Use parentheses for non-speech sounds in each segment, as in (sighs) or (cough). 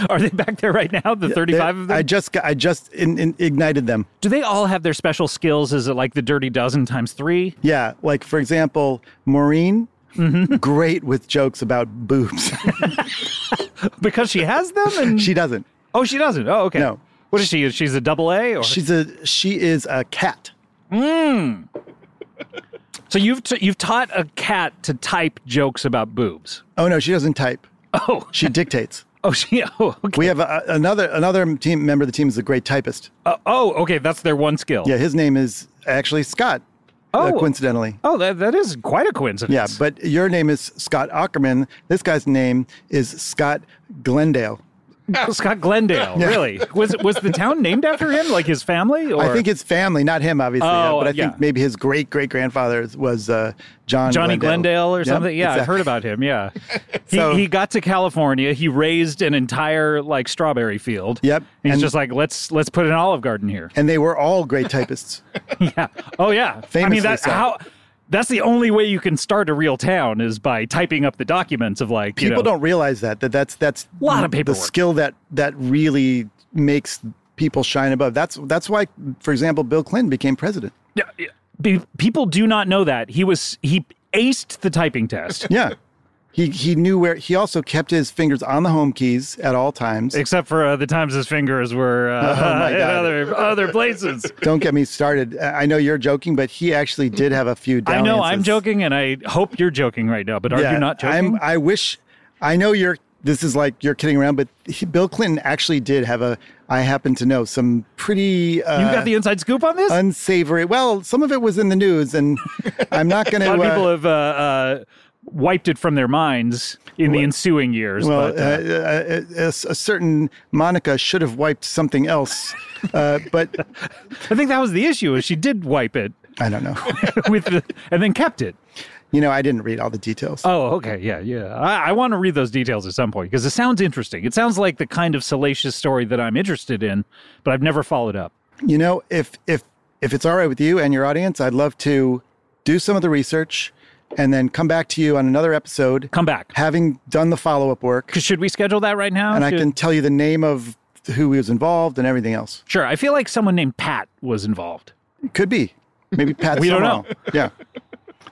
Are they back there right now? The 35 of them? I just, got- I just in, in, ignited them. Do they all have their special skills? Is it like the Dirty Dozen times three? Yeah, like for example, Maureen, Mm-hmm. great with jokes about (laughs) boobs. Because she has them? And (laughs) she doesn't. Oh, she doesn't. Oh, okay. No. What is she? Is She's a double A? Or? She's a she is a cat. so you've, t- you've taught a cat to type jokes about boobs. Oh no, she doesn't type. Oh, She dictates. oh, she, (laughs) oh, okay. We have a, another another team member of the team is a great typist. Uh, oh, okay. That's their one skill. Yeah, his name is actually Scott. uh, Oh. coincidentally. Oh, that, that is quite a Yeah, coincidence. but your name is Scott Ackerman. This guy's name is Scott Glendale. but (laughs) Scott Glendale, really? Was was the town named after him, like his family? Or? I think his family, not him, obviously, Oh, but I yeah. think maybe his great great grandfather was uh, John Johnny Glendale, or Yep, something. Yeah, I've exactly. heard about him. (laughs) Yeah, So- he, he got to California. He raised an entire like strawberry field. Yep, he's and- just like let's let's put an olive garden here. And they were all (laughs) great typists. yeah. Oh yeah. I Famously mean that's so. how. That's the only way you can start a real town is by typing up the documents of like People you know, don't realize that that that's that's Lot of the paperwork. skill that that really makes people shine above. That's that's why, for example, Bill Clinton became president. Yeah, yeah. Be- people do not know that he was he aced the typing (laughs) test Yeah. He, he knew where he also kept his fingers on the home keys at all times. except for uh, the times his fingers were Oh, uh, (laughs) my in God. other other places. Don't get me started. I I know you're joking, but he actually did have a few. I know I'm dalliances. joking, and I hope you're joking right now. But are you not joking? I'm, I wish. I know you're. This is like you're kidding around, but he, Bill Clinton actually did have a. I happen to know some pretty uh, You got the inside scoop on this? unsavory. Well, some of it was in the news, and I'm not (laughs) going a to. lot of people have uh, uh, wiped it from their minds in the ensuing years. well, but, uh, uh, uh, a, a certain Monica should have wiped something else, uh, but I think that was the issue. Is she did wipe it (laughs) I don't know. with the, and then kept it. You know, I didn't read all the details. Oh, okay, yeah, yeah. I, I want to read those details at some point because it sounds interesting. It sounds like the kind of salacious story that I'm interested in, but I've never followed up. You know, if if if it's all right with you and your audience, I'd love to do some of the research and then come back to you on another episode, Come back. having done the follow up work, 'Cause Should we schedule that right now? and I Should- can tell you the name of who was involved and everything else. Sure. I feel like someone named Pat was involved. It could be maybe (laughs) Pat. We don't know. Summerall. Yeah,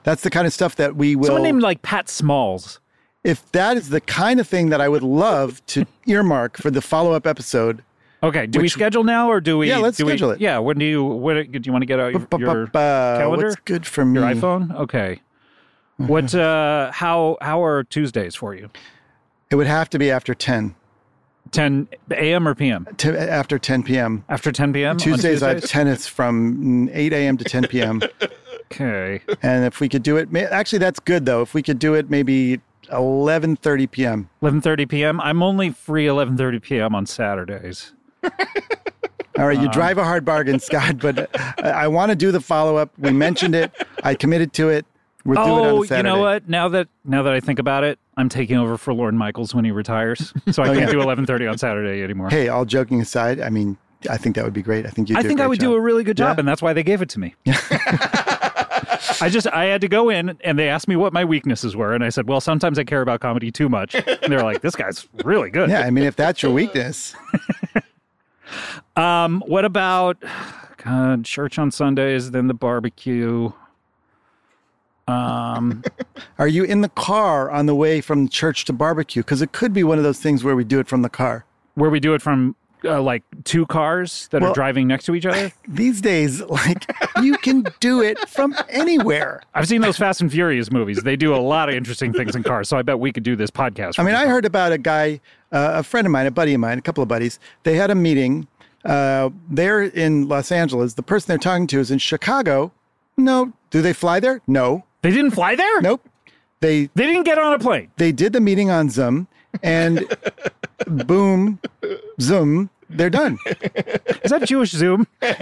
that's the kind of stuff that we will. Someone named like Pat Smalls. if that is the kind of thing that I would love (laughs) to earmark for the follow up episode. Okay. Do we schedule now, or do we? Yeah, let's do we- schedule it. Yeah. When do you? When do you want to get out your, your Ba-ba-ba. calendar? uh, What's good for me? Your iPhone? Okay. What? uh How? How are Tuesdays for you? It would have to be after ten, 10 a.m. or p.m. t- after ten p.m. After 10 p.m. on Tuesdays, I have Tuesdays? tennis from 8 a.m. to (laughs) 10 p.m. okay. and if we could do it, may- actually, that's good though. If we could do it maybe 11:30 p.m. 11:30 p.m. I'm only free 11:30 p.m. on Saturdays. All right, you Uh-huh. drive a hard bargain, Scott. But uh, I, I want to do the follow up. We mentioned it. I committed to it. We're doing it on oh, a Saturday. you know what? Now that now that I think about it, I'm taking over for Lauren Michaels when he retires, (laughs) Oh, so I can't do 11:30 on Saturday anymore. Hey, all joking aside, I mean, I think that would be great. I think you. I think I would do a really good job, Yeah. and that's why they gave it (laughs) to me. I just I had to go in and they asked me what my weaknesses were, and I said, "Well, sometimes I care about comedy too much." And they're like, "This guy's really good." Yeah, I mean, if that's your weakness, Um, what about God, church on Sundays, then the barbecue? Um, are you in the car on the way from church to barbecue? Because it could be one of those things where we do it from the car. where we do it from uh, like two cars that Well- are driving next to each other. These days, (laughs) like you can do it from anywhere. I've seen those Fast and Furious movies. They do a lot of interesting things in cars, so I bet we could do this podcast. I mean, from- I heard about a guy, uh, a friend of mine, a buddy of mine, a couple of buddies. They had a meeting. Uh, they're in Los Angeles. The person they're talking to is in Chicago. No, do they fly there? No, they didn't fly there. nope. They they didn't get on a plane. they did the meeting on Zoom, and (laughs) boom, Zoom. They're done. (laughs) Is that Jewish Zoom? Uh,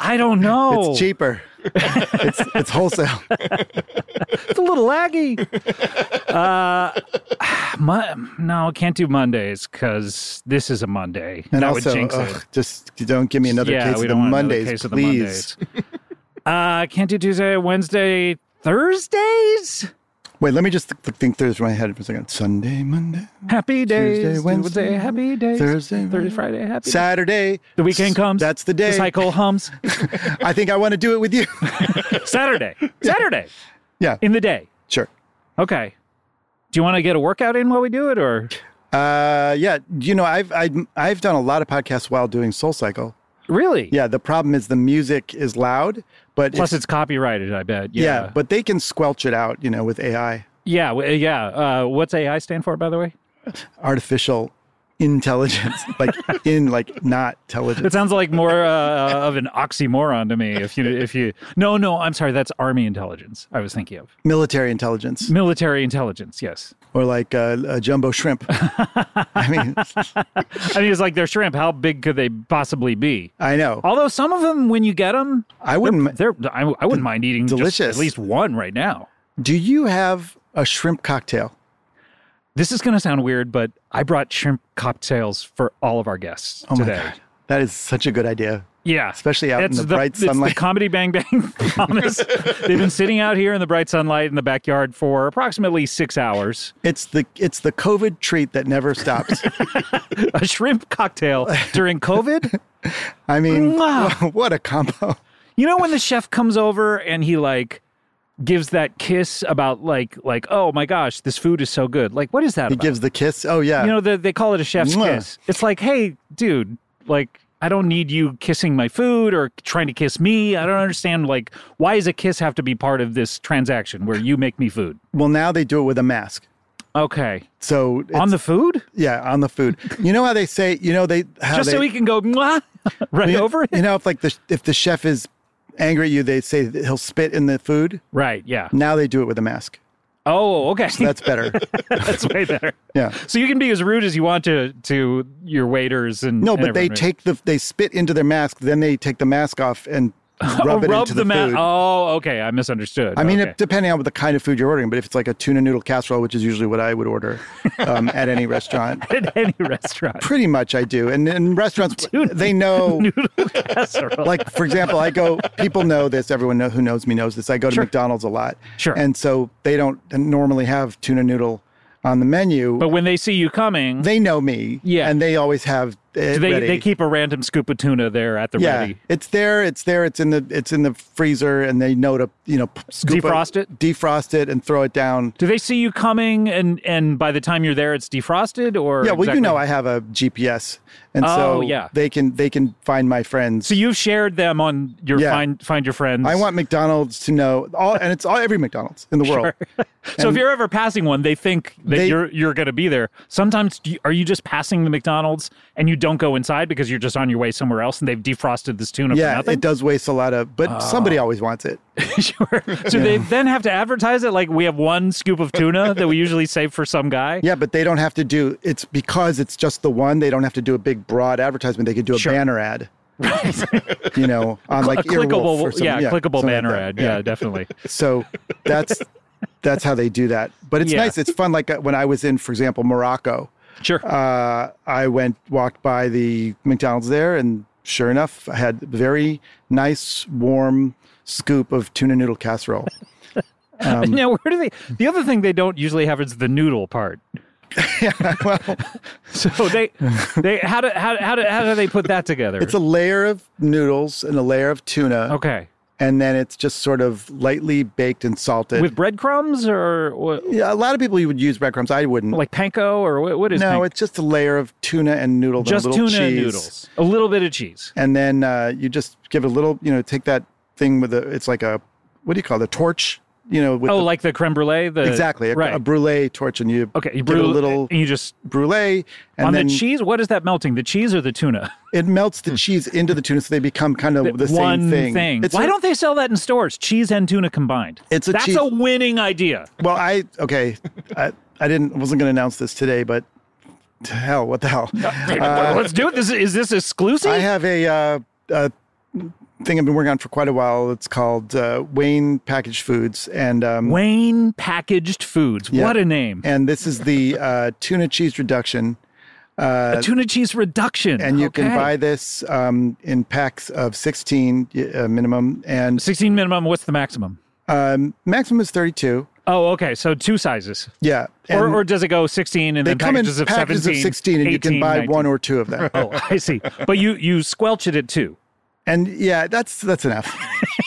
I don't know. It's cheaper. it's (laughs) it's wholesale. It's a little laggy. uh, (sighs) Mon- no, I can't do Mondays because this is a Monday. And that also, would jinx ugh, it. just don't give me another yeah, case we of the don't want another Mondays, case of the please. Mondays. (laughs) uh, can't do Tuesday, Wednesday, Thursdays. Wait, let me just th- think through this in my head for a second. Sunday, Monday, Happy days. Tuesday, Wednesday, happy days. Thursday, Thursday, Friday, happy days. Saturday. The weekend comes. That's the day. The cycle hums. (laughs) I think I want to do it with you. (laughs) Saturday. Saturday yeah, in the day. sure. Okay. Do you want to get a workout in while we do it, or Uh, yeah, you know, I've, I've I've done a lot of podcasts while doing Soul Cycle. really? Yeah, the problem is the music is loud, but Plus, if- it's copyrighted. I bet. yeah. Yeah. but they can squelch it out, you know, with AI, Yeah, w- yeah. Uh, what's AI stand for, by the way? artificial intelligence, (laughs) like in like not intelligence. It sounds like more uh, of an oxymoron to me. If you, if you, no, no, I'm sorry, that's army intelligence. I was thinking of military intelligence military intelligence. Yes, or like uh, a jumbo shrimp. (laughs) I mean, I mean it's like they're shrimp. How big could they possibly be? I know. Although some of them, when you get them, I wouldn't. mi- they're I, I wouldn't mind eating just delicious. at least one right now. Do you have a shrimp cocktail? This is going to sound weird, but I brought shrimp cocktails for all of our guests Oh today. my god, that is such a good idea. Yeah, Especially out in It's the bright it's the sunlight. comedy Bang Bang (laughs) Promise. They've been sitting out here in the bright sunlight in the backyard for approximately six hours. It's the it's the COVID treat that never (laughs) stops. A shrimp cocktail during (laughs) COVID. I mean, Wow. (laughs) what a combo! You know when the chef comes over and he like gives that kiss about like like oh my gosh this food is so good. Like what is that? He about? gives the kiss. Oh yeah, you know the, they call it a chef's Mwah. kiss. It's like hey dude like. I don't need you kissing my food or trying to kiss me. I don't understand. Like, why does a kiss have to be part of this transaction where you make me food? well now they do it with a mask. Okay. So it's, on the food, yeah on the food. You know how they say you know they how just they, so he can go Mwah, (laughs) right you, over it. You know if like the if the chef is angry at you, they say that he'll spit in the food. right? Yeah. Now they do it with a mask. Oh, okay. That's better. (laughs) That's way better. yeah. So you can be as rude as you want to to your waiters and No, and but they everyone, right? take the they spit into their mask, then they take the mask off (laughs) and rub oh, it rub into the, the, ma- food. Oh, okay. I misunderstood. I mean, okay. it, depending on what the kind of food you're ordering, but if it's like a tuna noodle casserole, which is usually what I would order (laughs) um, at any restaurant, at any restaurant. pretty much I do. And (laughs) in restaurants, they know. Noodle casserole. Like for example, I go. People know this. Everyone know, who knows me knows this. I go to McDonald's a lot, Sure. and so they don't normally have tuna noodle on the menu. but when they see you coming, they know me, Yeah. and they always have it they, ready. they keep a random scoop of tuna there at the yeah, ready. it's there. It's there. It's in the it's in the freezer, and they know to you know p- scoop Defrost it? defrost it, and throw it down. Do they see you coming and and by the time you're there, it's defrosted or Yeah, well, exactly- you know, I have a GPS, and Oh, so yeah. they can they can find my friends. So you've shared them on your Yeah. find find your friends. I want McDonald's to know all, and it's all every McDonald's in (laughs) the world. So if And- you're ever passing one, they think that They- you're you're going to be there. Sometimes do you, are you just passing the McDonald's and you don't go inside because you're just on your way somewhere else and they've defrosted this tuna Yeah, for nothing? Oh. it does waste a lot of, but somebody always wants it. (laughs) (laughs) sure. So they then have to advertise it like we have one scoop of (laughs) tuna that we usually save for some guy. Yeah, but they don't have to do it's because it's just the one. They don't have to do a big broad advertisement. They could do a Sure. banner ad, (laughs) you know, on like a Earwolf or clickable, something. yeah, clickable something like banner that. ad. Yeah, definitely. So that's (laughs) that's how they do that. But it's Yeah. nice. It's fun. Like uh, when I was in, for example, Morocco. Sure. (laughs) uh, I went walked by the McDonald's there, and sure enough, I had a very nice warm scoop of tuna (laughs) noodle casserole. now, where do they? The other thing they don't usually have is the noodle part. (laughs) well, So they, they how do how, how do how do they put that together? it's a layer of noodles and a layer of tuna, okay and then it's just sort of lightly baked and salted. with breadcrumbs or, or yeah, a lot of people you would use breadcrumbs. I wouldn't. like panko or what, what is no, panko? it's just a layer of tuna and noodle, just and a little tuna and cheese. noodles a little bit of cheese and then uh, you just give it a little. You know, take that thing with a. It's like a what do you call it? A torch. You know, with oh the, like the creme brulee the exactly a, right a brulee torch, and you okay you give it brew a little and you just brulee, and on then the cheese what is that melting the cheese or the tuna it melts the cheese into the tuna, so they become kind of the one same thing. It's why a- don't they sell that in stores cheese and tuna combined It's a that's cheese- a winning idea Well, I okay, I, I didn't wasn't going to announce this today, but to hell, what the hell? Uh, let's do it this is, is this exclusive I have a, uh, a thing I've been working on for quite a while. It's called uh, Wayne Packaged Foods, and um, Wayne Packaged Foods. Yeah. What a name. and this is the uh, tuna cheese reduction. a tuna cheese reduction. And you can Okay. buy this um, in packs of 16 uh, minimum, and 16 minimum. What's the maximum? um, maximum is 32. Oh, okay. So two sizes. Yeah, and Or, or does it go 16 and they then come in packages of 17? packages of 16, and you can 18, buy 19? (laughs) one or two of them. Oh, I see. But you you squelch it at two. And yeah, that's that's enough.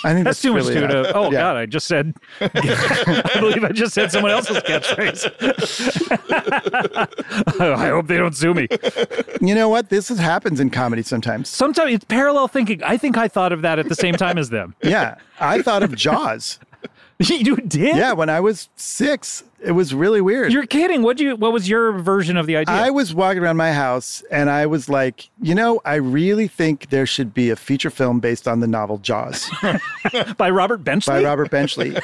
I (laughs) think That's too much really tuna. enough. Oh Yeah. God, I just said. (laughs) I believe I just said someone else's catchphrase. (laughs) I hope they don't sue me. You know what? This is, happens in comedy sometimes. Sometimes it's parallel thinking. I think I thought of that at the same time as them. (laughs) Yeah, I thought of Jaws. you did? Yeah, when I was six, it was really weird. You're kidding. What you? What was your version of the idea? I was walking around my house and I was like, you know, I really think there should be a feature film based on the (laughs) novel Jaws By Robert Benchley. by Robert Benchley.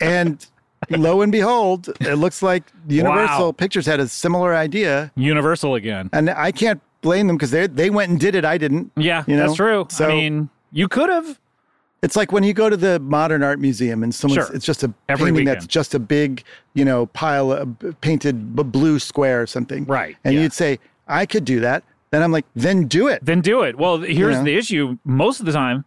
and lo and behold, it looks like Universal Wow. Pictures had a similar idea. Universal again. And I can't blame them because they they went and did it. I didn't. Yeah, you know? that's true. So I mean, you could have. It's like when you go to the modern art museum and someone's, Sure. it's just a Every painting weekend. that's just a big, you know, pile of b- painted b- blue square or something. Right, And yeah. you'd say, I could do that. Then I'm like, then do it. Then do it. Well, here's Yeah. the issue. Most of the time,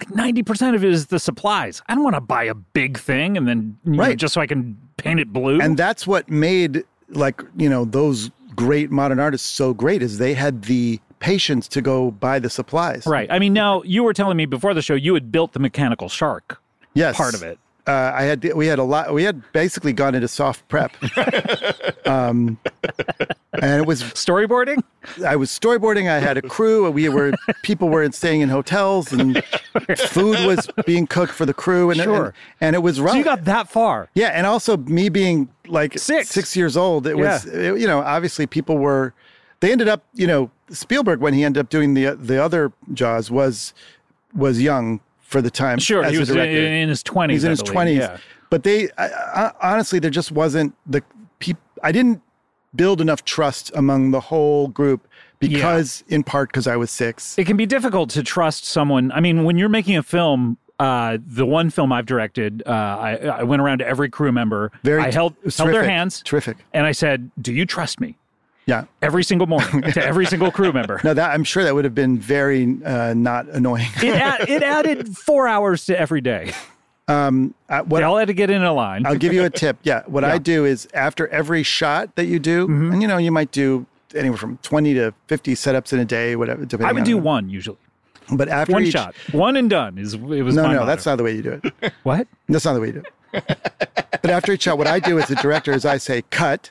like 90% of it is the supplies. I don't want to buy a big thing and then, you know, Right. just so I can paint it blue. and that's what made like, you know, those great modern artists so great is they had the patience to go buy the supplies. right. I mean, now you were telling me before the show you had built the mechanical shark Yes. part of it. Uh, I had, we had a lot, we had basically gone into soft prep. um, and it was Storyboarding? I was storyboarding. I had a crew. We were people were staying in hotels, and food was being cooked for the crew. And Sure. and, and it was rough. So you got that far. yeah, and also me being like Six. years old. It was it- you know obviously people were. They ended up you know Spielberg when he ended up doing the the other Jaws was was young for the time. Sure. as he a was in, director. in his 20s. He's in I his believe. twenties. Yeah. But they I, I, honestly, there just wasn't the peop I didn't build enough trust among the whole group because, in part, because I was six. it can be difficult to trust someone. I mean, when you're making a film, uh, the one film I've directed, uh, I, I went around to every crew member. I held, it was held their terrific. hands Terrific. and I said, Do you trust me? Yeah. Every single (laughs) morning to every single crew member. No, that I'm sure that would have been very uh, not annoying. It, add, it added four hours to every day. Uh, They what all had to get in a line. (laughs) I'll give you a tip. Yeah, what I do is after every shot that you do, Mm-hmm. and you know, you might do anywhere from twenty to fifty setups in a day, whatever. Depending I would on do one usually. but after One each, shot. One and done is it was No, my no, motto. that's not the way you do it. what? That's not the way you do it. but after each shot, what I do as a director is I say cut,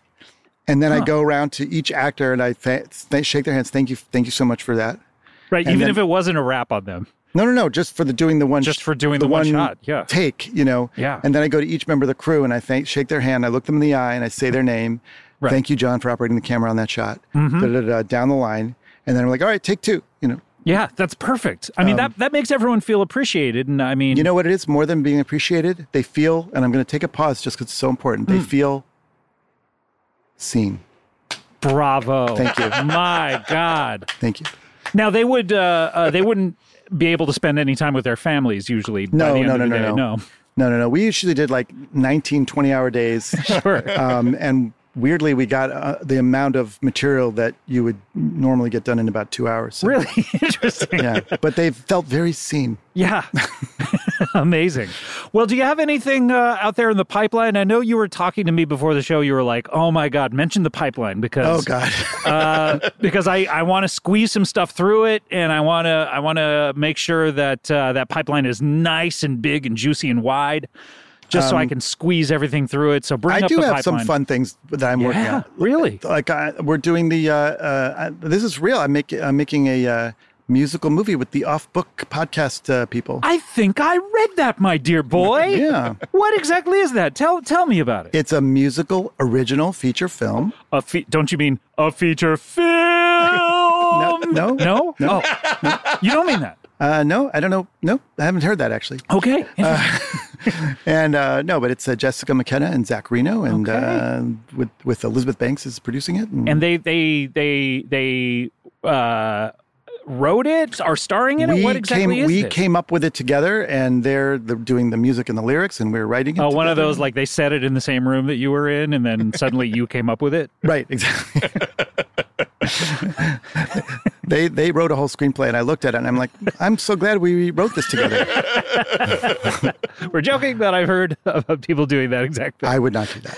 and then I go around to each actor and I th- th- shake their hands. Thank you, thank you so much for that. Right. Even then- if it wasn't a wrap on them. No, no, no, just for the doing the one, Just for doing the one shot, yeah. take, you know, Yeah. And then I go to each member of the crew and I thank, shake their hand. I look them in the eye and I say their name. Right. Mm-hmm. Thank you, John, for operating the camera on that shot. Da, da, da, down the line, and then I'm like, all right, take two. You know, Yeah, that's perfect. I mean, that, that makes everyone feel appreciated. And I mean, Um, you know what it is more than being appreciated. They feel, and I'm going to take a pause just because it's so important. Mm. They feel seen. bravo. Thank you. (laughs) My God. Thank you. Now they would uh, uh, they wouldn't be able to spend any time with their families usually. by No, the end no, of no, the no, day. no, No, no, no. We usually did like 19, 20 hour days. (laughs) Sure. um, and weirdly, we got uh, the amount of material that you would normally get done in about two hours. (laughs) So, really (laughs) interesting. Yeah. But they felt very seen. Yeah. (laughs) Amazing. Well, do you have anything uh, out there in the pipeline? I know you were talking to me before the show. You were like, "Oh my God, mention the pipeline Oh, because God. (laughs) uh, because I, I want to squeeze some stuff through it, and I want to I want to make sure that uh, that pipeline is nice and big and juicy and wide, just so I can squeeze everything through it. So bring Um, I up do the have pipeline. some fun things that I'm working Yeah, on. really. Like, I, we're doing the, uh, uh, I- this is real. I'm, make, I'm making a uh, musical movie with the off book podcast uh, people. I think I read that, my dear boy. Yeah. (laughs) What exactly is that? Tell tell me about it. it's a musical original feature film. A fe- don't you mean a feature film? no, (laughs) no, no, Oh, you don't mean that. Uh, no, I don't know. No, I haven't heard that actually. Okay. And uh, no, but it's uh, Jessica McKenna and Zach Reno, and Okay. uh, with with Elizabeth Banks is producing it. And, and they they they they uh wrote it? Are starring in it? What exactly came is we it? came up with it together, and they're the, doing the music and the lyrics, and we are writing it. Oh, one of together. those like they said it in the same room that you were in, and then suddenly you came up with it. Right, exactly. (laughs) they they wrote a whole screenplay, and I looked at it, and I'm like, I'm so glad we wrote this together. We're joking, but I've heard about people doing that exactly. I would not do that.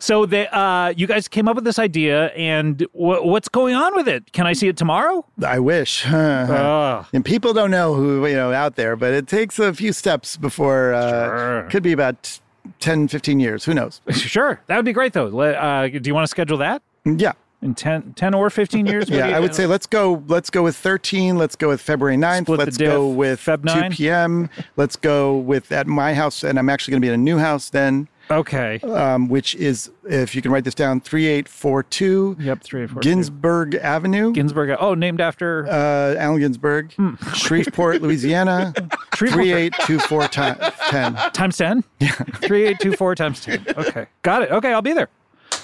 So they, uh, you guys came up with this idea, and wh- what's going on with it? Can I see it tomorrow? Uh, I wish. (laughs) Ugh. and people don't know who you know out there, but it takes a few steps before uh, Sure. could be about 10, 15 years. Who knows? (laughs) sure, that would be great though. Let- Uh, do you want to schedule that Yeah. in 10, 10 or fifteen years? What Yeah, do you I would think? say let's go. Let's go with thirteen. Let's go with February 9th. Split the let's go diff, with Feb 9. two p.m. let's go with at my house, and I'm actually going to be in a new house then, Okay. um, which is if you can write this down, three eight four two. Yep. Three or four. Ginsburg Avenue, Ginsburg. Oh, named after uh, Allen Ginsburg, Hmm. (laughs) Shreveport, Louisiana, Shreveport. three eight two four ten. times ten. Yeah. Three eight two four times ten. Okay. Got it. Okay, I'll be there.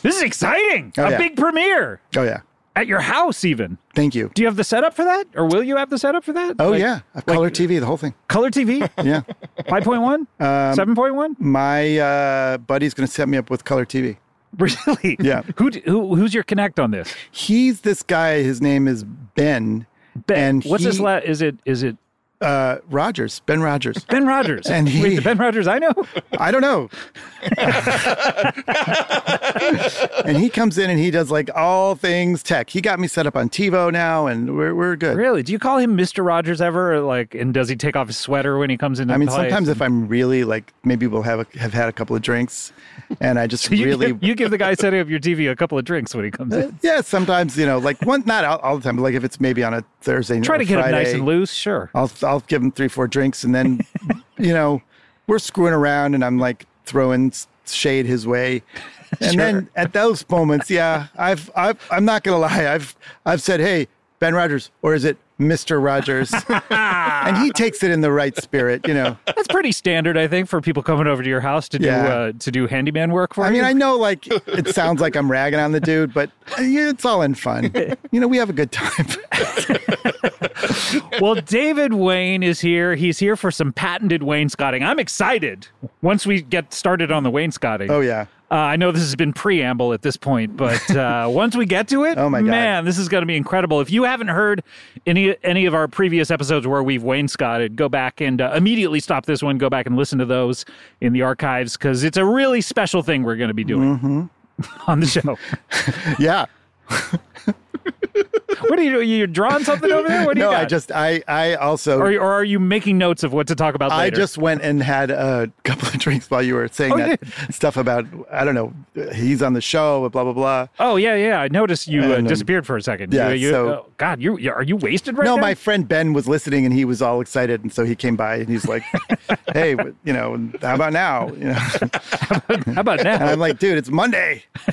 This is exciting. Oh, a yeah. big premiere Oh yeah, at your house, even. thank you. Do you have the setup for that, or will you have the setup for that? Oh Like, yeah, a color TV, the whole thing. color TV, Yeah, five point (laughs) one, Um, seven point one. (laughs) my uh, buddy's going to set me up with color TV. Really? Yeah. Who, d- who who's your connect on this? He's this guy. His name is Ben. Ben. And What's his he- last? Is it is it Uh, Rogers, Ben Rogers. Ben Rogers? And he- Wait, the Ben Rogers I know. I don't know. and he comes in and he does like all things tech. He got me set up on TiVo now, and we're we're good. really? Do you call him Mister Rogers ever? Or like, and does he take off his sweater when he comes into? I mean, the place? sometimes if I'm really like, maybe we'll have a, have had a couple of drinks, and (laughs) I just you really give, you give the guy setting up your TV a couple of drinks when he comes in. (laughs) yeah. Sometimes you know, like one not all, all the time, but like if it's maybe on a Thursday, Try or to get him Friday, nice and loose. Sure. I'll I'll give him three four drinks, and then you know we're screwing around, and I'm like throwing s- shade his way, and then at those moments, yeah, I've I've I'm not gonna lie, I've I've said, hey, Ben Rogers, or is it Mister Rogers? and he takes it in the right spirit, you know. (laughs) That's pretty standard, I think, for people coming over to your house to do Yeah. uh, to do handyman work for I mean, you. I know like it sounds like I'm ragging on the dude, but uh, yeah, it's all in fun. You know, we have a good time. (laughs) well, David Wayne is here. He's here for some patented wainscoting. I'm excited. Once we get started on the wainscoting. oh yeah. Uh, I know this has been preamble at this point, but (laughs) uh, once we get to it, Oh, my God. man, this is going to be incredible. If you haven't heard any any of our previous episodes where we've wainscoted, go back and uh, immediately stop this one. Go back and listen to those in the archives because it's a really special thing we're going to be doing (laughs) Mm-hmm. on the (laughs) show. Yeah. what are you doing? You're drawing something over there? What do No, you got? I just I I also or, or are you making notes of what to talk about I later? just went and had a couple of (laughs) drinks while you were saying Oh, you that stuff about I don't know he's on the show blah blah blah. Oh yeah, yeah. I noticed you uh, And, um, disappeared for a second. yeah, You- you- so- oh, God, you you- are you wasted right no, now? my friend Ben was listening and he was all excited and so he came by (laughs) and he's like, "Hey, w- you know, how about now?" You know, (laughs) How about and now? I'm like, "Dude, it's Monday." we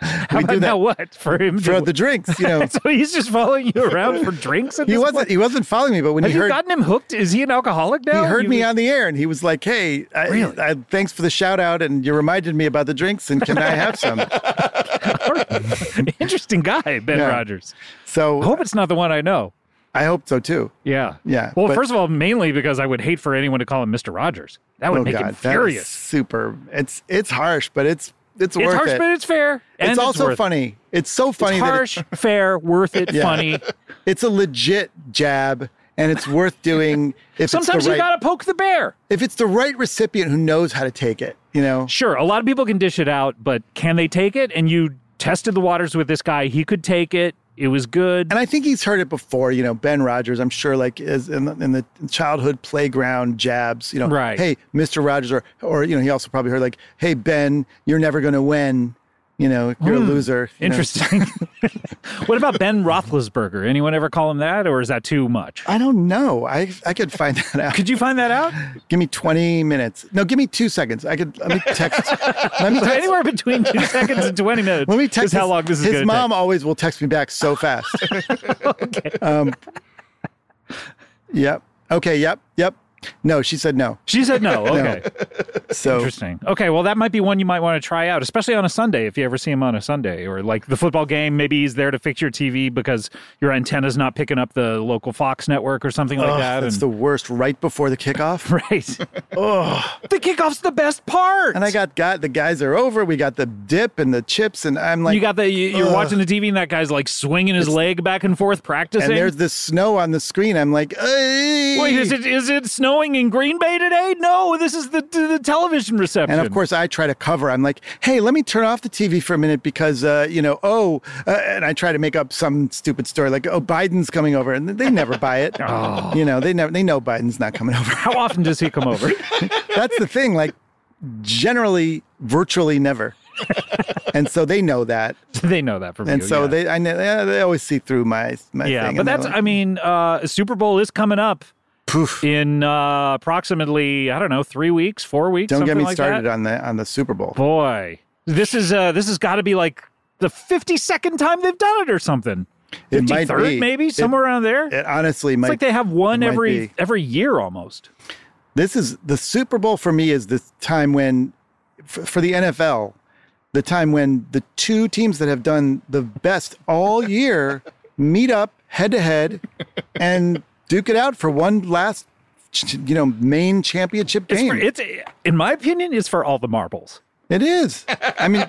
How do about now that what for him? for to, the drinks, (laughs) you know. so he's just following you around for drinks. At He this wasn't Point? he wasn't following me, but when Have he you heard gotten him hooked? Is he an alcoholic now? he heard You- me on the air and he was like, "Hey, I, Really? I, thanks for the shout out and you reminded me about the drinks and can I (laughs) have some?" Interesting guy, Ben Yeah. Rogers. I So hope it's not the one I know. I hope so too. Yeah. Yeah, Well, but- first of all, mainly because I would hate for anyone to call him Mr. Rogers. That would make him Oh, that is furious. super. It's it's harsh, but it's it's, It's worth harsh, it. but it's fair. and it's also worth it. funny. It's so funny It's that it- (laughs) harsh, fair, worth it, Yeah. funny. it's a legit jab, and (laughs) it's worth doing if Sometimes it's the you right gotta poke the bear. if it's the right recipient who knows how to take it. You know, Sure, a lot of people can dish it out, but can they take it? And you tested the waters with this guy. He could take it. It was good. and I think he's heard it before. You know, Ben Rogers. I'm sure, like is in the, in the childhood playground jabs. You know, Right. Hey, Mister Rogers, or or you know, he also probably heard like, Hey, Ben, you're never going to win. You know, you're a loser. you know. Hmm. Interesting. (laughs) what about Ben Roethlisberger? Anyone ever call him that, or is that too much? I don't know. I I could find (laughs) that out. Could you find that out? Give me 20 minutes. No, give me two seconds. I could let me (laughs) text. let me text, Anywhere between (laughs) two seconds and twenty minutes. let me text is how his- long this is His going to mom take. always will text me back (laughs) so fast. Um, yep. Okay. Yep. Yep. No, she said (laughs) no. She said no. Okay. So Interesting. Okay, well, that might be one you might want to try out, especially on a Sunday if you ever see him on a Sunday or like the football game. Maybe he's there to fix your TV because your antenna's not picking up the local Fox network or something like Ugh, that. that's and- the worst. Right before the kickoff, (laughs) right. oh, the kickoff's the best part. and I got got the guys are over. We got the dip and the chips, and I'm like, uh, you got the you- you're watching the TV and that guy's like swinging his leg back and forth practicing. and there's this snow on the screen. I'm like, "Ay!" Wait, is it is it snowing in Green Bay today? No, this is the the, the television reception. And of course, I try to cover. I'm like, hey, let me turn off the TV for a minute because, uh, you know, oh, uh, and I try to make up some stupid story like, oh, Biden's coming over, and they never (laughs) buy it. Oh. You know, they never they know Biden's not coming over. (laughs) how often does he come over? (laughs) That's the thing. Like, generally, virtually never. (laughs) and so they know that, they know that from and you. so yeah. they I know, yeah, they always see through my my yeah, thing. but and they're that's like, "Hmm." I mean, uh, Super Bowl is coming up poof. in uh, approximately I don't know three weeks, four weeks. Don't get something me like started That. on the on the Super Bowl. Boy, this is uh, this has got to be like the fifty second time they've done it or something. It Fifty might third, be. maybe It- somewhere around there. It honestly it's might like they have one might every be. every year almost. this is the Super Bowl for me is the time when f- for the NFL, the time when the two teams that have done the best (laughs) all year meet up head to head and duke it out for one last ch- you know main championship It's, game. for, it's in my opinion, it's for all the marbles. it is. I mean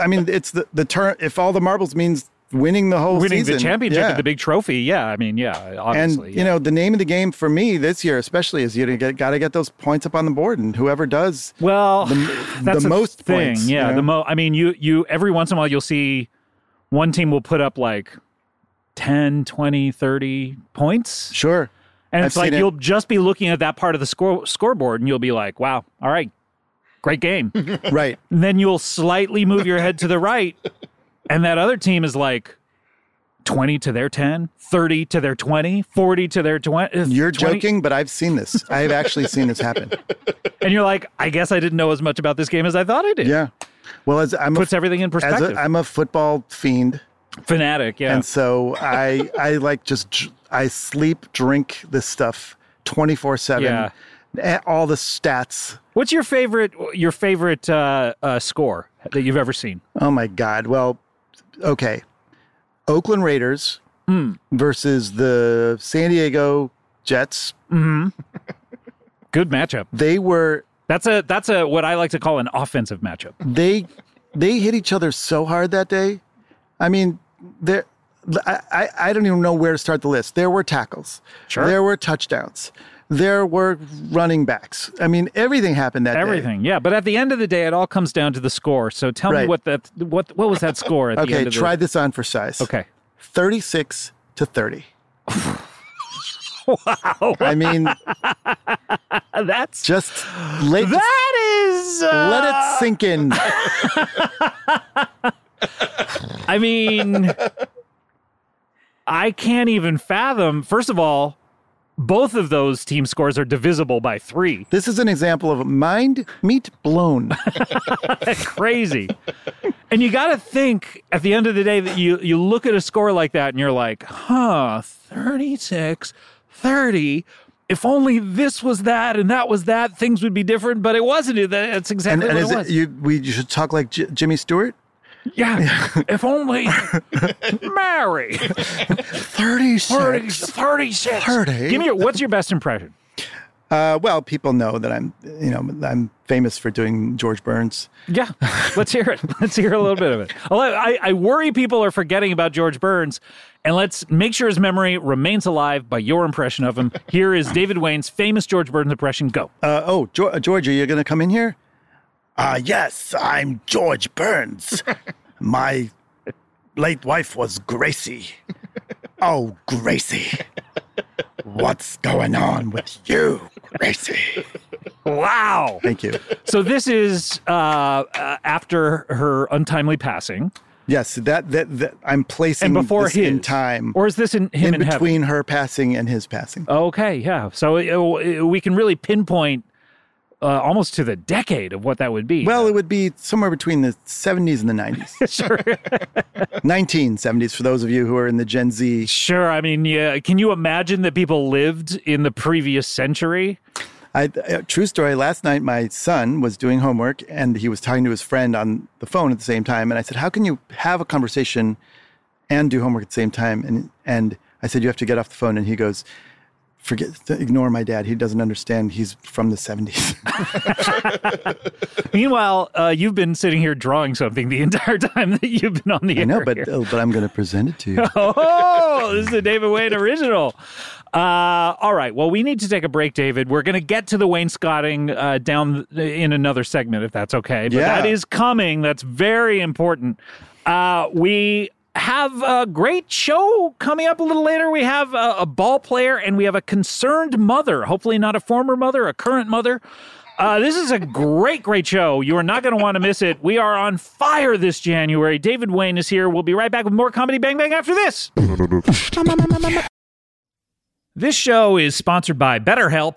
I mean it's the the turn if all the marbles means winning the whole Winning season. the championship, yeah. and the big trophy. Yeah, I mean, yeah, and obviously. you know the name of the game for me this year, especially, is you got to get those points up on the board, and whoever does Well, (sighs) The- that's a the most thing. points, yeah, you know? the mo. I mean, you you every once in a while you'll see one team will put up like 10, 20, 30 points. Sure. And I've it's like seen it. you'll just be looking at that part of the score scoreboard and you'll be like, "Wow, all right. Great game." (laughs) and Right. then you'll slightly move your head to the (laughs) right and that other team is like 20 to their 10, 30 to their 20, 40 to their uh, 20. You're 20 joking, but I've seen this. I've actually seen this happen. (laughs) And you're like, "I guess I didn't know as much about this game as I thought I did." Yeah. Well, as I'm Puts a, everything in as perspective. a, I'm a football fiend, Fanatic, yeah. and so I I like just dr- I sleep, drink this stuff 24 Yeah. seven. Eh, All the stats. What's your favorite your favorite uh, uh, score that you've ever seen? Oh my God. Well, okay. Oakland Raiders Hmm. versus the San Diego Jets. Good matchup. They were That's a that's a what I like to call an offensive matchup. they they hit each other so hard that day. I mean, there. I, I I don't even know where to start the list. There were tackles. Sure. There were touchdowns. There were running backs. I mean, everything happened that day. Everything, yeah. But at the end of the day, it all comes down to the score. So tell me Right. what that what what was that score at the Okay, end of try the this on for size. Okay. 36 (laughs) to 30. wow. I mean, Uh, that's just late. that is. Uh, let it sink in. uh, I mean, I can't even fathom. First of all, both of those team scores are divisible by three. (laughs) This is an example of mind meat blown. crazy. and you got to think at the end of the day that you you look at a score like that and you're like, "Huh, 36 30. If only this was that and that was that, things would be different, but it wasn't. It- That's And, exactly and what is it it, was. you, we you should talk like J- Jimmy Stewart. yeah. (laughs) if only Mary 30, 36. 36. 30. Give me your, what's your best impression? Uh, well, people know that I'm, you know, I'm famous for doing George Burns. Yeah, (laughs) let's hear it. Let's hear a little bit of it. Although I, I worry people are forgetting about George Burns, and let's make sure his memory remains alive by your impression of him. Here is David Wayne's famous George Burns impression. Go. Uh, oh, Geo- uh, Georgia, you're going to come in here? Uh, yes, I'm George Burns. My late wife was Gracie. Oh, Gracie. What's going on with you, Gracie? Wow. Thank you. So this is uh, uh, after her untimely passing, Yes, that that, that I'm placing and before this his in time or is this in him in in heaven? between her passing and his passing. Okay, yeah. So it, it- we can really pinpoint uh, almost to the decade of what that would be. Well, it would be somewhere between the 70s and the (laughs) 90s. sure. 1970s for those of you who are in the Gen Z. Sure. I mean, yeah. Can you imagine that people lived in the previous century? I uh, true story. Last night, my son was doing homework and he was talking to his friend on the phone at the same time. And I said, "How can you have a conversation and do homework at the same time?" And and I said, "You have to get off the phone." And he goes, "Forget, ignore my dad. He doesn't understand. He's from the '70s." Meanwhile, uh, you've been sitting here drawing something the (laughs) entire time that you've been on the (laughs) I air. know, but uh, here. oh, but I'm going to present it to you. (laughs) oh, this is a David Wayne original. Uh, all right. Well, we need to take a break, David. We're going to get to the wainscoting uh, down in another segment, if that's okay. But Yeah. that is coming. That's very important. Uh, we have a great show coming up a little later. We have a, a ball player and we have a concerned mother, hopefully, not a former mother, a current mother. Uh, this is a great, great show. You are not going to want to miss it. We are on fire this January. David Wayne is here. We'll be right back with more Comedy Bang Bang after this. This show is sponsored by BetterHelp.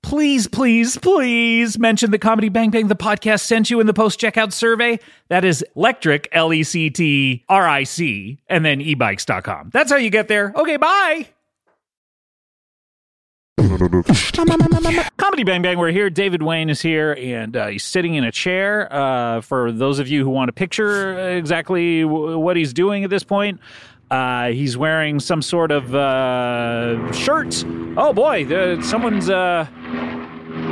Please, please, please mention the Comedy Bang Bang the podcast sent you in the post checkout survey. That is electric, L E C T R I C, and then ebikes.com. That's how you get there. Okay, bye. Comedy Bang Bang, we're here. David Wayne is here, and uh, he's sitting in a chair. Uh, for those of you who want to picture uh, exactly w- what he's doing at this point, uh, he's wearing some sort of uh, shirt. Oh boy, the, someone's. Uh,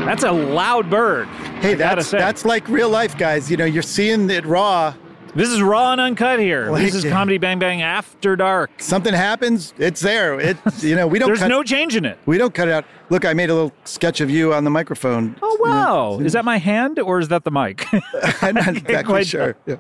that's a loud bird. Hey, I gotta that's say. that's like real life, guys. You know, you're seeing it raw. This is raw and uncut here. Like this is it. Comedy Bang Bang After Dark. Something happens, it's there. It, you know, we don't There's cut, no change in it. we don't cut it out. Look, I made a little sketch of you on the microphone. Oh wow! Is that my hand or is that the mic? (laughs) (laughs) I'm not exactly quite sure. Yeah.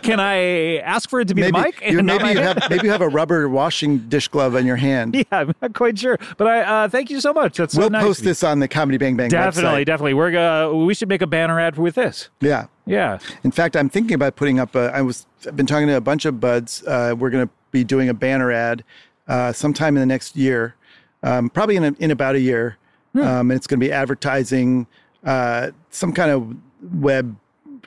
Can I ask for it to be Maybe uh, the mic? (laughs) you, and not maybe my you hand? have maybe you have a rubber washing dish glove on your hand. yeah, I'm not quite sure. But I uh, thank you so much. That's so we'll nice. post of you. this on the Comedy Bang Bang Definitely, website. definitely. We're gonna we should make a banner ad with this. Yeah. Yeah. In fact, I'm thinking about putting up. A, I was I've been talking to a bunch of buds. Uh, we're going to be doing a banner ad uh, sometime in the next year, um, probably in a, in about a year, Hmm. um, and it's going to be advertising uh, some kind of web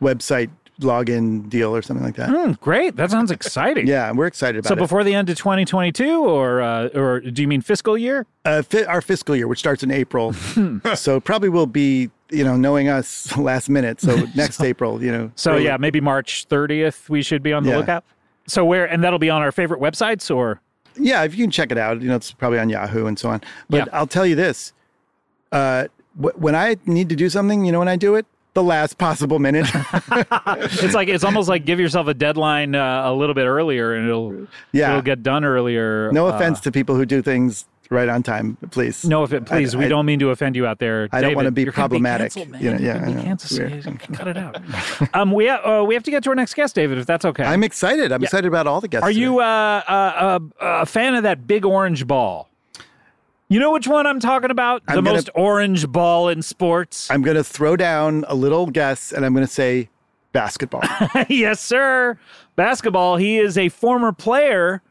website login deal or something like that. Hmm, great. That sounds exciting. Yeah, we're excited about So it. before the end of 2022, or uh, or do you mean fiscal year? uh, fi- our fiscal year, which starts (laughs) in April, so probably will be you know knowing us (laughs) last minute. So (laughs) next April, you know. So early- yeah, maybe March 30th. We should be on the Yeah. lookout. So where and that'll be on our favorite websites or yeah, if you can check it out, you know, it's probably on Yahoo and so on. But Yeah. I'll tell you this: uh, wh- when I need to do something, you know, when I do it, the last (laughs) possible minute. it's like it's almost like give yourself a deadline uh, a little bit earlier and it'll Yeah. it'll get done earlier. no Uh, offense to people who do things right on time, please. No, if it, please, we I- don't mean to offend you out there. I don't David. wanna be You're gonna problematic. canceled, man. You know, You're yeah, gonna (laughs) I be know. canceled. It's weird. Cut it out. um, we ha- uh, we have to get to our next guest, David, if that's okay. I'm excited. I'm excited about all the guests. Are today. you uh, uh, uh, a fan of that big orange ball? You know which one I'm talking about? I'm the gonna- most orange ball in sports. I'm going to throw down a little guess, and I'm going to say basketball. yes, sir. Basketball. He is a former player,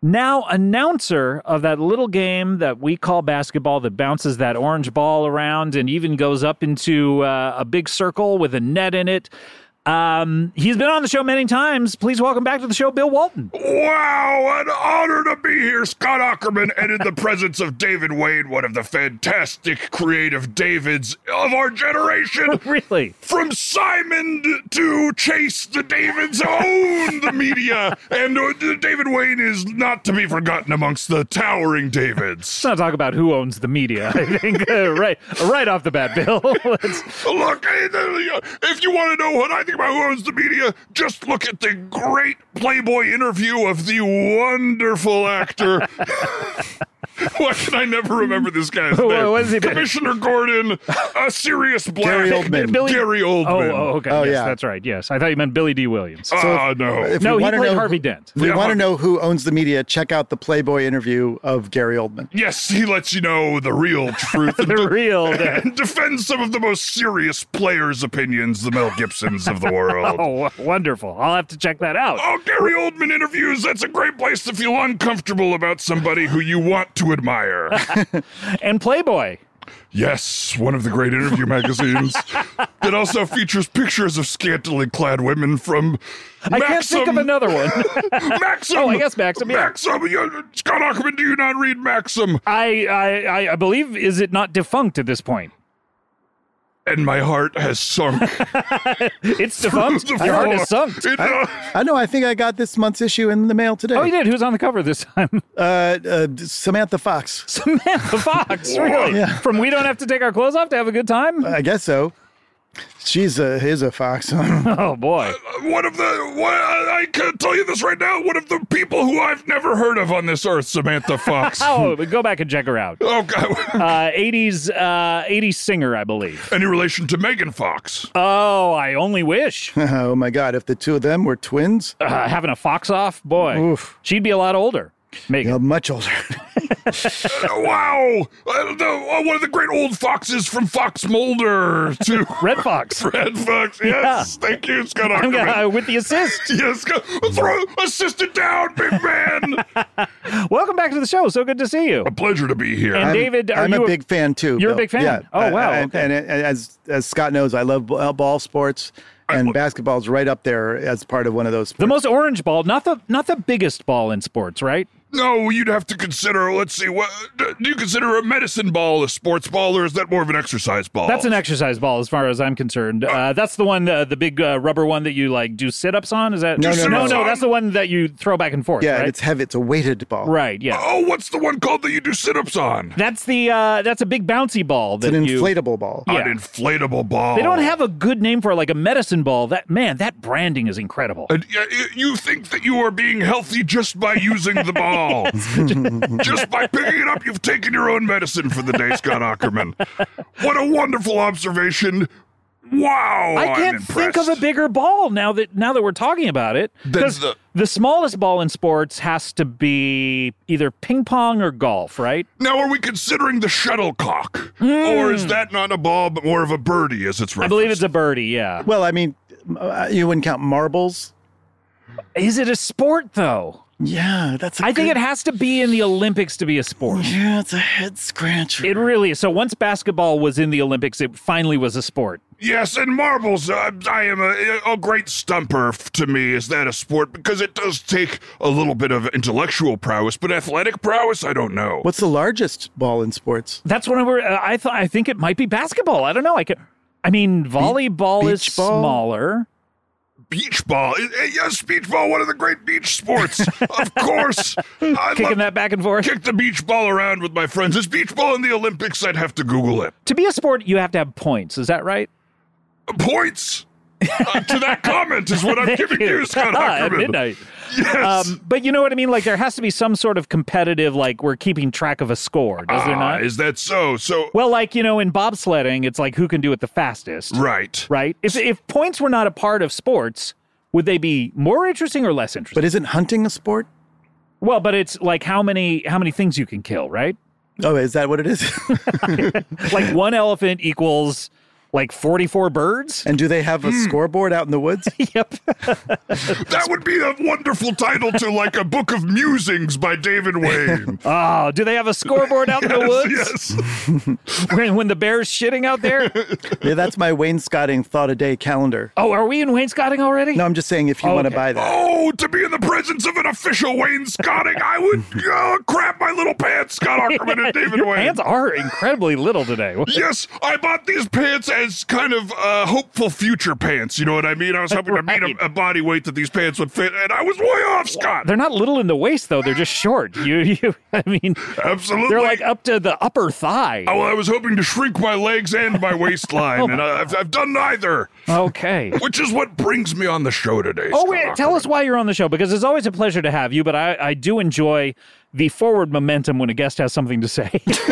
now announcer of that little game that we call basketball that bounces that orange ball around and even goes up into uh, a big circle with a net in it. Um, he's been on the show many times. Please welcome back to the show, Bill Walton. Wow, an honor to be here, Scott Ackerman, and in the (laughs) presence of David Wade, one of the fantastic creative Davids of our generation. (laughs) really? From Simon to Chase, the Davids own the media, and uh, David Wayne is not to be forgotten amongst the towering Davids. Let's not talk about who owns the media. I think (laughs) uh, right, right off the bat, Bill. (laughs) Let's- Look, I- uh, if you want to know what I think about who owns the media, just look at the great Playboy interview of the wonderful actor. (laughs) Why can I never remember this guy's Wha- name? what is he been- Commissioner Gordon, a serious black. Gary Oldman. Billy- Gary Oldman. oh, oh, okay. Oh, yes, yeah. that's right. Yes, I thought you meant Billy D. Williams. Ah, if- no. if no, you he wanna played know- Harvey Dent. If you Yeah. want to know who owns the media, check out the Playboy interview of Gary Oldman. yes, he lets you know (laughs) the real (laughs) truth. The real. (laughs) Dent. (laughs) and defends some of the most serious players' opinions, the Mel Gibsons (laughs) of the world. Oh, w- wonderful. I'll have to check that out. Oh, Gary Oldman interviews. That's a great place to feel uncomfortable about somebody who you want to (laughs) admire. And Playboy. yes, one of the great interview magazines that also features pictures of scantily clad women from. I can't think of another one. (laughs) Maxim. Oh, I guess Maxim, yeah. Maxim. you- Scott Ackerman, do you not read Maxim? I, I, I- I believe is it not defunct at this point? And my heart (laughs) has sunk. It's defunct. The Your heart floor. is sunk. It, uh, I know. I think I got this month's issue in the mail today. Oh, you did. Who's on the cover this time? (laughs) uh, uh, Samantha Fox. Samantha Fox. Really? Yeah. Uh, From We Don't Have to Take Our Clothes Off to Have a Good Time? I guess so. She's a is a fox. (laughs) Oh, boy. one of the one, I I can tell you this right now. One of the people who I've never heard of on this earth, Samantha Fox. (laughs) Oh, but go back and check her out. oh God. Uh, 80s, uh, 80s singer, I believe. Any relation to Megan Fox? Oh, I only wish. Uh, oh my god! If the two of them were twins, having a fox off, boy, Oof. she'd be a lot older. Megan. you know, much older. (laughs) (laughs) wow! Uh, the, uh, one of the great old foxes from Fox Mulder (laughs) to Red (laughs) Fox. Red Fox. Yes, thank you, Scott I'm Ackerman. gonna, uh, (laughs) with the assist. yes, Scott, throw assist it down, big (laughs) man. Welcome back to the show. So good to see you. A pleasure to be here. Uh, And I'm- David, are I'm you a big fan too. You're a Bill. big fan? Yeah. Oh, I- wow, I- okay. And, and as as Scott knows, I love b- uh, ball sports, and basketball's right up there as part of one of those. The Sports. most orange ball, not the not the biggest ball in sports, right? no, you'd have to consider. Let's see. What do you consider a medicine ball a sports ball, or is that more of an exercise ball? That's an exercise ball, as far as I'm concerned. Uh, that's the one, uh, the big uh, rubber one that you like do sit ups on. Is that No, Do no, no. no, sit-ups no? on? That's the one that you throw back and forth. yeah, right? it's heavy. It's a weighted ball. right. Yeah, Oh, what's the one called that you do sit-ups on? that's the uh, that's a big bouncy ball that It's an you- inflatable ball. Yeah. An inflatable ball. They don't have a good name for it, like a medicine ball. That man, that branding is incredible. And uh, y- you think that you are being healthy just by using (laughs) the ball. just by picking it up, you've taken your own medicine for the day, Scott Ackerman. What a wonderful observation. Wow. I I'm can't think of a impressed. bigger ball now that now that we're talking about it. Than 'Cause the- the smallest ball in sports has to be either ping pong or golf, right? Now, are we considering the shuttlecock? Or is that not a ball, but more of a birdie as it's Hmm. I referenced? believe it's a birdie. Yeah. Well, I mean, uh, you wouldn't count marbles. Is it a sport though? Yeah, that's. I I think it has to be in the Olympics to be a sport. Yeah, it's a head scratcher. It really is. So once basketball was in the Olympics, it finally was a sport. Yes, and marbles. Uh, I am a, a great stumper f- to me. Is that a sport? Because it does take a little bit of intellectual prowess, but athletic prowess, I don't know. What's the largest ball in sports? That's when I were. Uh, I thought. I think it might be basketball. I don't know. I could. I mean, volleyball is beach ball? smaller. Beach ball. Eh, eh, Yes, beach ball, one of the great (laughs) beach sports. of course. I Kicking love that back and forth. kick the beach ball around with my friends. Is beach ball in the Olympics? I'd have to Google it. To be a sport, you have to have points. Is that right? Points uh, to (laughs) that comment is what I'm Thank Ah, giving you, (laughs) Scott At Ackerman. midnight. Yes. Um, but you know what I mean? Like there has to be some sort of competitive. Like we're keeping track of a score. Does there Ah, not? Is that so? So, well, like you know, in bobsledding, it's like who can do it the fastest. right. right? If if points were not a part of sports, would they be more interesting or less interesting? But isn't hunting a sport? well, but it's like how many how many things you can kill, right? Oh, is that what it (laughs) is? (laughs) Like one elephant equals like forty four birds. and do they have a Hmm. scoreboard out in (laughs) the woods? yep. That would be a wonderful title to like a book of musings (laughs) by David Wayne. Oh, do they have a scoreboard out in the woods (laughs) yes. when, when the bear's shitting out (laughs) there? yeah, that's my wainscoting thought a day calendar. Oh, are we in wainscoting already? No, I'm just saying if you want to Okay. (laughs) buy that. Oh, to be in the presence of an official Wayne Scotting, I would oh, crap my little pants, Scott Ackerman and (laughs) David Your Wayne. hands are incredibly little (laughs) today. Yes, I bought these pants as kind of uh, hopeful future pants. You know what I mean? I was hoping to meet a, a body weight that these pants would fit, and I was way off, Scott. They're not little in the waist though; they're just short. You, (laughs) you. I mean, Absolutely. they're like up to the upper thigh. Oh, I was hoping to shrink my legs and my waistline, and I- I've, I've done neither, Oh. (laughs) Okay. which is what brings me on the show today. Oh, Scott wait, tell us why you're on the show because it's always a pleasure to have you, but I, I do enjoy the forward momentum when a guest has something to say. (laughs) so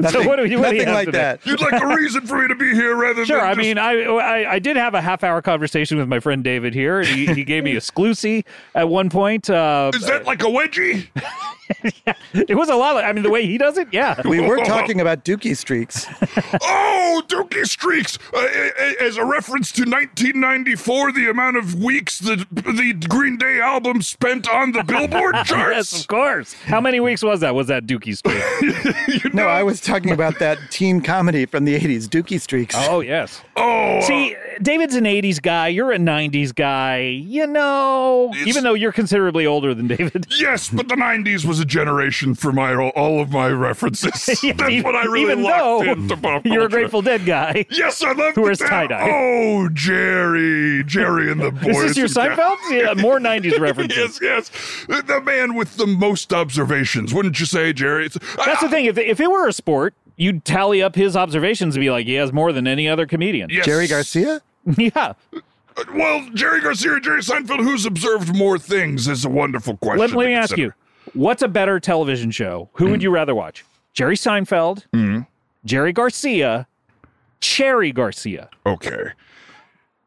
Nothing- what do you, what do you nothing have like today? that. You'd like a reason for me to be here rather Sure. than I just- mean, I, I I did have a half hour conversation with my friend David here. and He, he gave me a sclusy at one point. Uh, is that like a wedgie? it was a lot. Of, I mean, the way he does it, (laughs) yeah. We were talking about dookie streaks. oh, Dookie Streaks! Uh, a- a- as a reference to 1994, the amount of weeks the the Green Day album spent on (laughs) the Billboard Yes, of charts. course. How many weeks was that? Was that Dookie's? (laughs) streak? You No, know? I was talking about that teen comedy from the 80s, Dookie Streaks. oh yes. Oh, uh, See, David's an '80s guy. You're a '90s guy. You know, It's- even though you're considerably older than David. yes, but the 90s was a generation for my all of my references. (laughs) (laughs) That's what I really e- even locked though into pop You're a culture. Grateful Dead (laughs) guy. Yes, I Who love the wears band. tie-dye. Oh, Jerry, Jerry and the boys. (laughs) Is this your and Ga- (laughs) Seinfeld? Yeah, more '90s references. Yes, yes. The the man with the most observations, wouldn't you say, Jerry? It's, That's the thing. If if it were a sport, you'd tally up his observations and be like, he has more than any other comedian. Yes. Jerry Garcia? (laughs) Yeah. Uh, Well, Jerry Garcia, Jerry Seinfeld, who's observed more things is a wonderful question. Let, let to me ask you, consider. what's a better television show? Who Mm. would you rather watch? Jerry Seinfeld, Mm-hmm. Jerry Garcia, Cherry Garcia. Okay.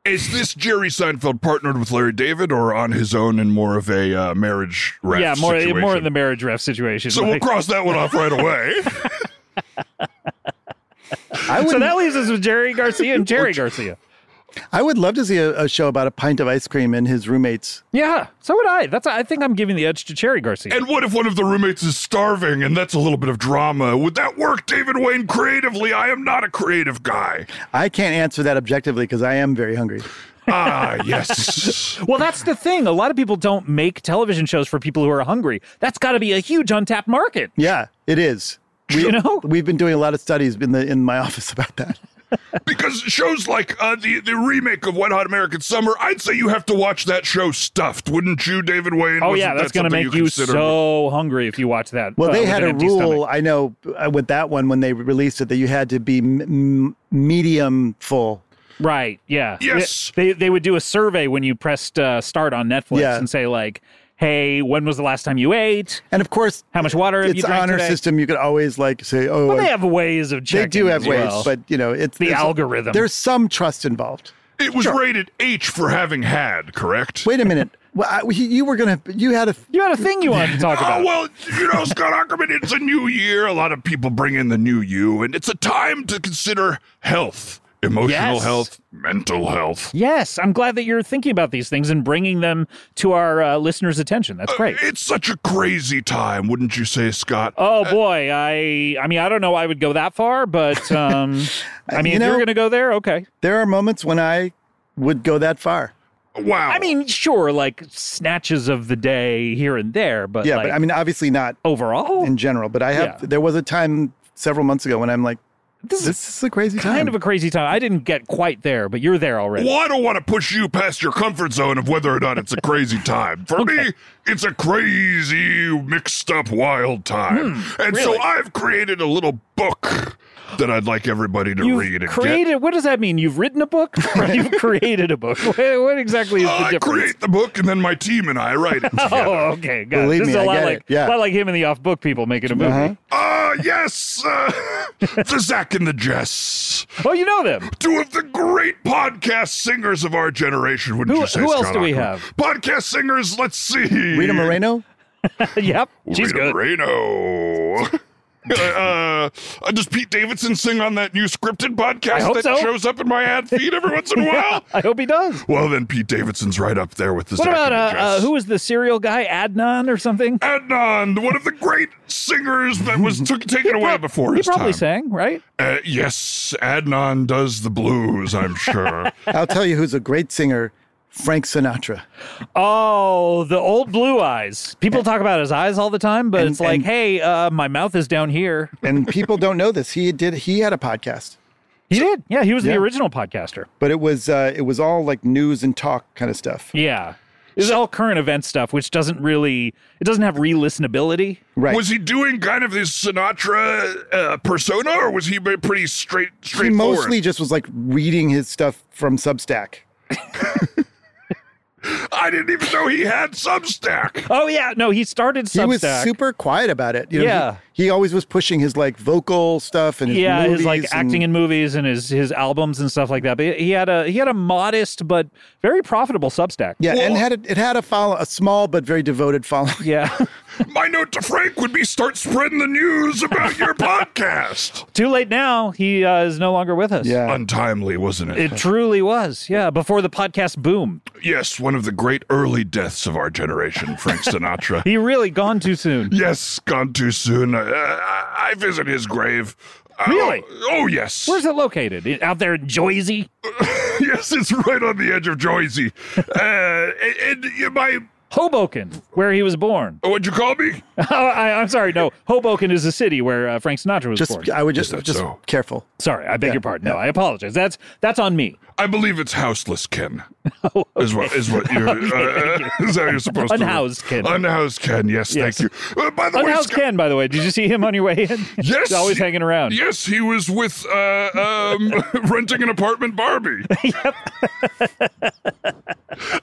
Is this Jerry Seinfeld partnered with Larry David or on his own in more of a uh, marriage ref yeah, more situation? more in the marriage ref situation. So we'll (laughs) Like- cross that one (laughs) off right away. I would so that leaves us with Jerry Garcia and Jerry Garcia. I would love to see a, a show about a pint of ice cream and his roommates. Yeah, so would I. That's I think I'm giving the edge to Jerry Garcia. and what if one of the roommates is starving and that's a little bit of drama? Would that work, David Wayne, creatively? I am not a creative guy. I can't answer that objectively because I am very hungry. Ah, yes. well, that's the thing. A lot of people don't make television shows for people who are hungry. That's got to be a huge untapped market. Yeah, it is. you know? We've been doing a lot of studies in the in my (laughs) office about that. because shows like uh, the, the remake of Wet Hot American Summer, I'd say you have to watch that show stuffed, wouldn't you, David Wayne? Oh Wasn't yeah, that that's going to something make you, considered? so hungry if you watch that. Well, uh, they with had an a empty rule. stomach. I know uh, with that one when they released it that you had to be m- m- medium full. right? Yeah. Yes. They they would do a survey when you pressed uh, start on Netflix Yeah. and say like, "Hey, when was the last time you ate? And of course, How much water have it's you drank honor today?" system. You could always like say, "Oh, Well, I- they have ways of they checking. do have as ways," well. but you know, it's the there's- algorithm. There's some trust involved. It was rated H for having had, correct? Wait a (laughs) minute. Well, I, he- you were gonna. You had a. you had a thing you wanted to (laughs) talk about. Oh, well, you know, Scott Ackerman, it's a new year. A lot of people bring in the new you, and it's a time to consider health, emotional Yes. health, mental health. Yes, I'm glad that you're thinking about these things and bringing them to our uh, listeners' attention. That's great. Uh, It's such a crazy time, wouldn't you say, Scott? Oh uh, boy, I I mean I don't know I would go that far, but (laughs) um I mean You if know- you're going to go there, okay. There are moments when I would go that far. wow. I mean sure, like snatches of the day here and there, but Yeah, like, but I mean, obviously not overall in general. But I have. Yeah. There was a time several months ago when I'm like, this is "This is a crazy time." kind of a crazy time. I didn't get quite there, but you're there already. well, I don't want to push you past your comfort zone of whether or not it's a crazy time. For me, it's a crazy, mixed up, wild time. Hmm, and so I've created a little book that I'd like everybody to You've read and get created. What does that mean? You've written a (laughs) book, or you've created a book. (laughs) What, what exactly is the Uh, I difference? create the book and then my team and (laughs) I write it together. Oh, okay. Got it. Believe This me, is a I lot get like it. Yeah. Uh-huh. a lot like him and the off book people making a movie. Uh, yes, uh, (laughs) the Zach and the Jess, Oh, you know (laughs) them. two of the great podcast singers of our generation. Would Who- you say? who else Scott do we Ackerman? have? Podcast singers. Let's see. Rita Moreno. yep. She's Rita good. (laughs) Moreno. uh, uh, does Pete Davidson sing on that new scripted I podcast hope that so. shows up in my ad feed every once in a (laughs) while? I hope he does. Well, then Pete Davidson's right up there with the What Zach about uh, and the Jess. uh, who was the serial guy? Adnan or something? Adnan, one of the great singers that was took, taken away (laughs) before He his probably time. sang, right? Uh, yes, Adnan does the blues, I'm (laughs) sure. I'll tell you who's a great singer. Frank Sinatra. Oh, the old blue eyes. People talk about his eyes all the time, but And- it's like, and- hey, uh, my mouth is down here. And people don't know this. He did. He had a podcast, He did. Yeah, he was the Yeah. original podcaster. but it was uh, it was all like news and talk kind of stuff. Yeah. It's all current event stuff, which doesn't really, it doesn't have re-listenability. Right. Was he doing kind of his Sinatra uh, persona, or was he be- pretty straight, he straightforward? mostly just was like reading his stuff from Substack. I didn't even know he had Substack. Oh, yeah. No, he started Substack. He was super quiet about it. You know, he- Yeah. He, always was pushing his like vocal stuff and his yeah, his like movies and- acting in movies and his his albums and stuff like that. But he had a he had a modest but very profitable Substack. yeah, and Well- had a, it had a follow a small but very devoted following. yeah. (laughs) My note to Frank would be: start spreading the news about (laughs) your podcast. Too late now. He uh, is no longer with us. Yeah. Untimely, wasn't it? Uh, It truly was. Yeah. Before the podcast boom, Yes, one of the great early deaths of our generation, Frank Sinatra. (laughs) he really gone too soon. (laughs) yes, gone too soon. Uh, I I visit his grave. Uh, Really? Oh, yes. Where's it located? It- Out there in Joyzy? (laughs) yes, it's right on the edge of Joyzy. Uh, and, and my, Hoboken, where he was born. (laughs) Oh, what'd you call me? I, I'm sorry. No, Hoboken is the city where uh, Frank Sinatra was born. (laughs) Just I would just that just so? careful. sorry, I beg your pardon. No, I apologize. That's that's on (laughs) me. I believe it's houseless Ken. Oh, Is what is (laughs) what you're uh, (laughs) is how you're supposed to Unhoused Ken. Unhoused Ken. Yes, Yes. thank you. Uh, by the way, Unhoused Scott- Ken, by the way. Did you see him on your way in? (laughs) Yes, He's always hanging around. Yes, he was with (laughs) (laughs) uh, um, renting an apartment Barbie. (laughs)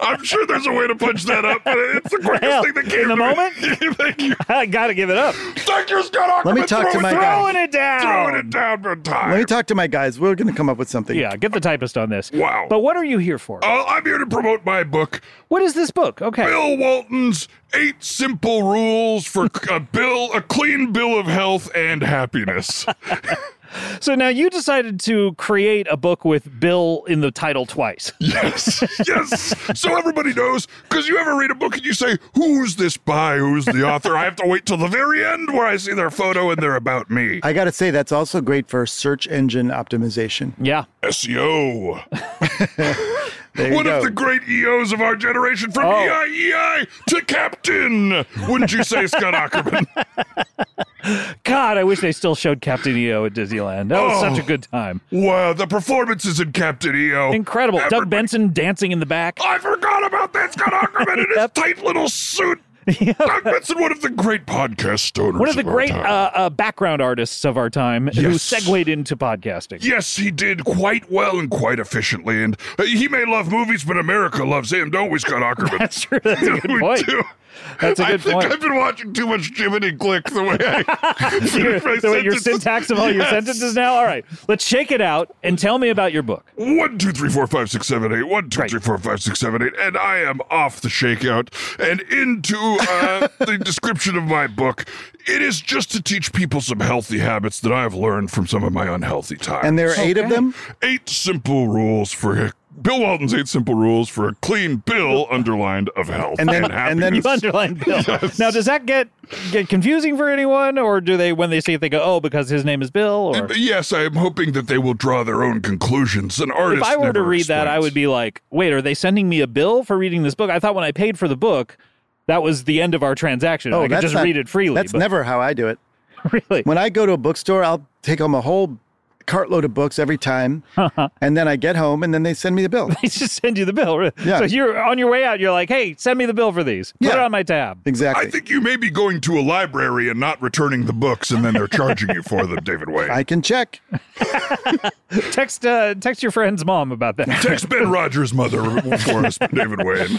I'm sure there's a way to punch that up, but it's the quickest Hell, thing that came in the to me. moment? (laughs) Thank you. (laughs) I gotta give it up. Doctor's got Let me talk to my guy. Throwing it down. Throwing it down for time. Let me talk to my guys. We're going to come up with something. Yeah, get the typist on this. Wow. But what are you here for? Uh, I'm here to promote my book, what is this book? Okay. Bill Walton's Eight Simple Rules for a Bill, a Clean Bill of Health and Happiness. (laughs) So now you decided to create a book with Bill in the title twice. Yes, yes. So everybody knows because you ever read a book and you say, "Who's this by? Who's the author?" I have to wait till the very end where I see their photo and they're about me. I got to say, that's also great for search engine optimization. Yeah. SEO. There you E One go. of the great EOs of our generation, from Oh. E EIEI to captain. Wouldn't you say, Scott Ackerman? God, I wish they still showed Captain EO at Disneyland. That was Oh. such a good time. wow, the performances in Captain EO. Incredible. Doug Everybody- Oh, Benson dancing in the back. I forgot about that, Scott Ackerman, in his Yep. tight (laughs) little suit. Doug Benson, one of the great podcast stoners. One of the our great uh, time. uh, background artists of our time who Yes. segued into podcasting. Yes, he did quite well and quite efficiently. And uh, he may love movies, but America loves him, don't we, Scott (laughs) Ackerman? That's true. That's a We good point. do. That's a I good think point. I've been watching too much Jiminy Glick the way (laughs) I. Your, finish my the way your sentences. syntax of all your Yes. sentences now. All right, let's shake it out and tell me about your book. One, two, three, four, five, six, seven, eight. One, two, Right. three, four, five, six, seven, eight. And I am off the shakeout and into (laughs) uh, the description of my book. It is just to teach people some healthy habits that I have learned from some of my unhealthy times. and there are eight of them. Eight simple rules for Bill Walton's eight simple rules for a clean bill underlined of health and, And then- and then- (laughs) happiness. You underline Bill. Now, does that get get confusing for anyone, or do they when they see it they go, "Oh, because his name is Bill"? Or yes, I am hoping that they will draw their own conclusions. An artist. if I were to never read that, I explains. would be like, "Wait, are they sending me a bill for reading this book?" I thought when I paid for the book, that was the end of our transaction. Oh, I could just not- read it freely. Oh, That's but never how I do it. (laughs) really. When I go to a bookstore, I'll take home a whole cartload of books (laughs) every time, and then I get home, and then they send me the bill. They just send you the bill. Yeah. So you're on your way out. You're like, "Hey, send me the bill for these. Put Yeah. it on my tab." Exactly. I think you may be going to a library and not returning the books, and then they're charging you for them, David (laughs) Wayne. I can check. Text uh, text your friend's mom about that. Text Ben Rogers' mother for us, David Wayne.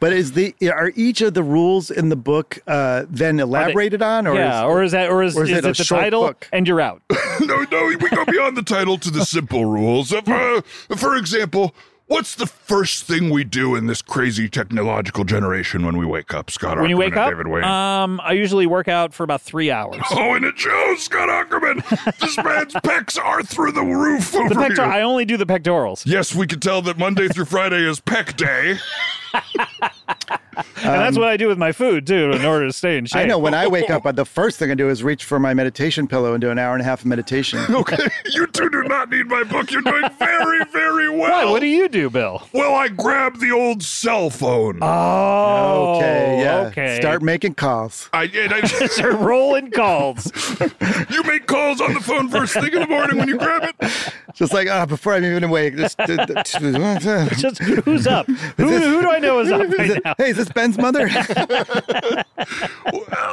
But is the are each of the rules in the book uh, then elaborated on, (laughs) or yeah, is, or is that or is, or is is it it, a the short title book? and you're (laughs) out? No, no, we go beyond the title to the simple rules. Of, uh, for example, what's the first thing we do in this crazy technological generation when we wake up, Scott? when you Ackerman wake up, and David Wayne. um, I usually work out for about three hours. Oh, and it shows, Scott Ackerman. (laughs) This man's pecs are through the roof over the pector- you. I only do the pectorals, yes, we can tell that Monday through Friday is (laughs) pec day. and that's what I do with my food too, in order to stay in shape. Um, I know when I wake (laughs) up, uh, the first thing I do is reach for my meditation pillow and do an hour and a half of meditation. Okay, you two do not need my book. You're doing very, very well. Why? What do you Uh. do, Bill? well, I grabbed the old cell phone. (laughs) Oh, okay, yeah. Okay. (laughs) Start making calls. I, and I, Start rolling calls. you make calls on the phone first thing in the morning when you grab it. Just like ah, before I'm even (laughs) awake. (laughs) Just, hey, Just who's (laughs) up? Who, who do I know is up right now? is this Ben's (laughs) mother?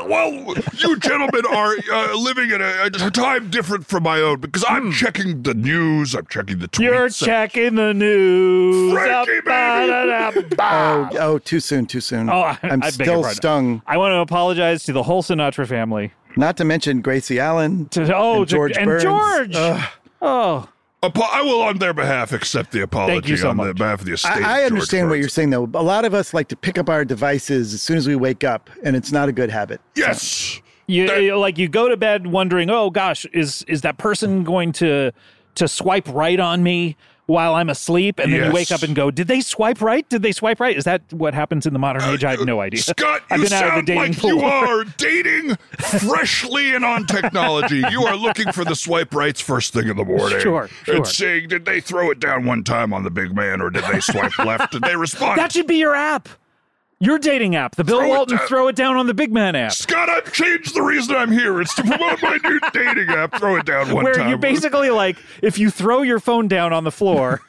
Well, you gentlemen are uh, living in a, a time different from my own because I'm checking the news, I'm checking the tweets. Hmm. You're I'm checking the news. Frankie, Up, baby. ba, da, da, (laughs) ba. oh, oh, too soon, too soon. Oh, I- am I beg your still pardon. stung. I want to apologize to the whole Sinatra family. Not to mention Gracie Allen. To, oh, And to- George and Burns. George. Ugh. Oh, Apo- I will, on their behalf, accept the apology Thank you so on the much. behalf of the estate. I, of I George understand what Burns. you're saying, though. A lot of us like to pick up our devices as soon as we wake up, and it's not a good habit. Yes. You, That- you- like you go to bed wondering, oh gosh, is is that person going to to swipe right on me while I'm asleep? And then you wake Yes. up and go, did they swipe right? Did they swipe right? Is that what happens in the modern Uh, age? I have no idea. Scott, I've you been out of the sound dating like pool. (laughs) you are dating freshly and on technology. You are looking for the swipe rights first thing in the morning. Sure, sure. And saying, did they throw it down one time on the big man or did they swipe left? Did (laughs) they respond? That should be your app. Your dating app, the Bill Throw it Walton down. throw it down on the big man app, Scott, I've changed the reason I'm here. It's to promote my (laughs) new dating app. Throw it down one where time. you're (laughs) basically like, if you throw your phone down on the floor,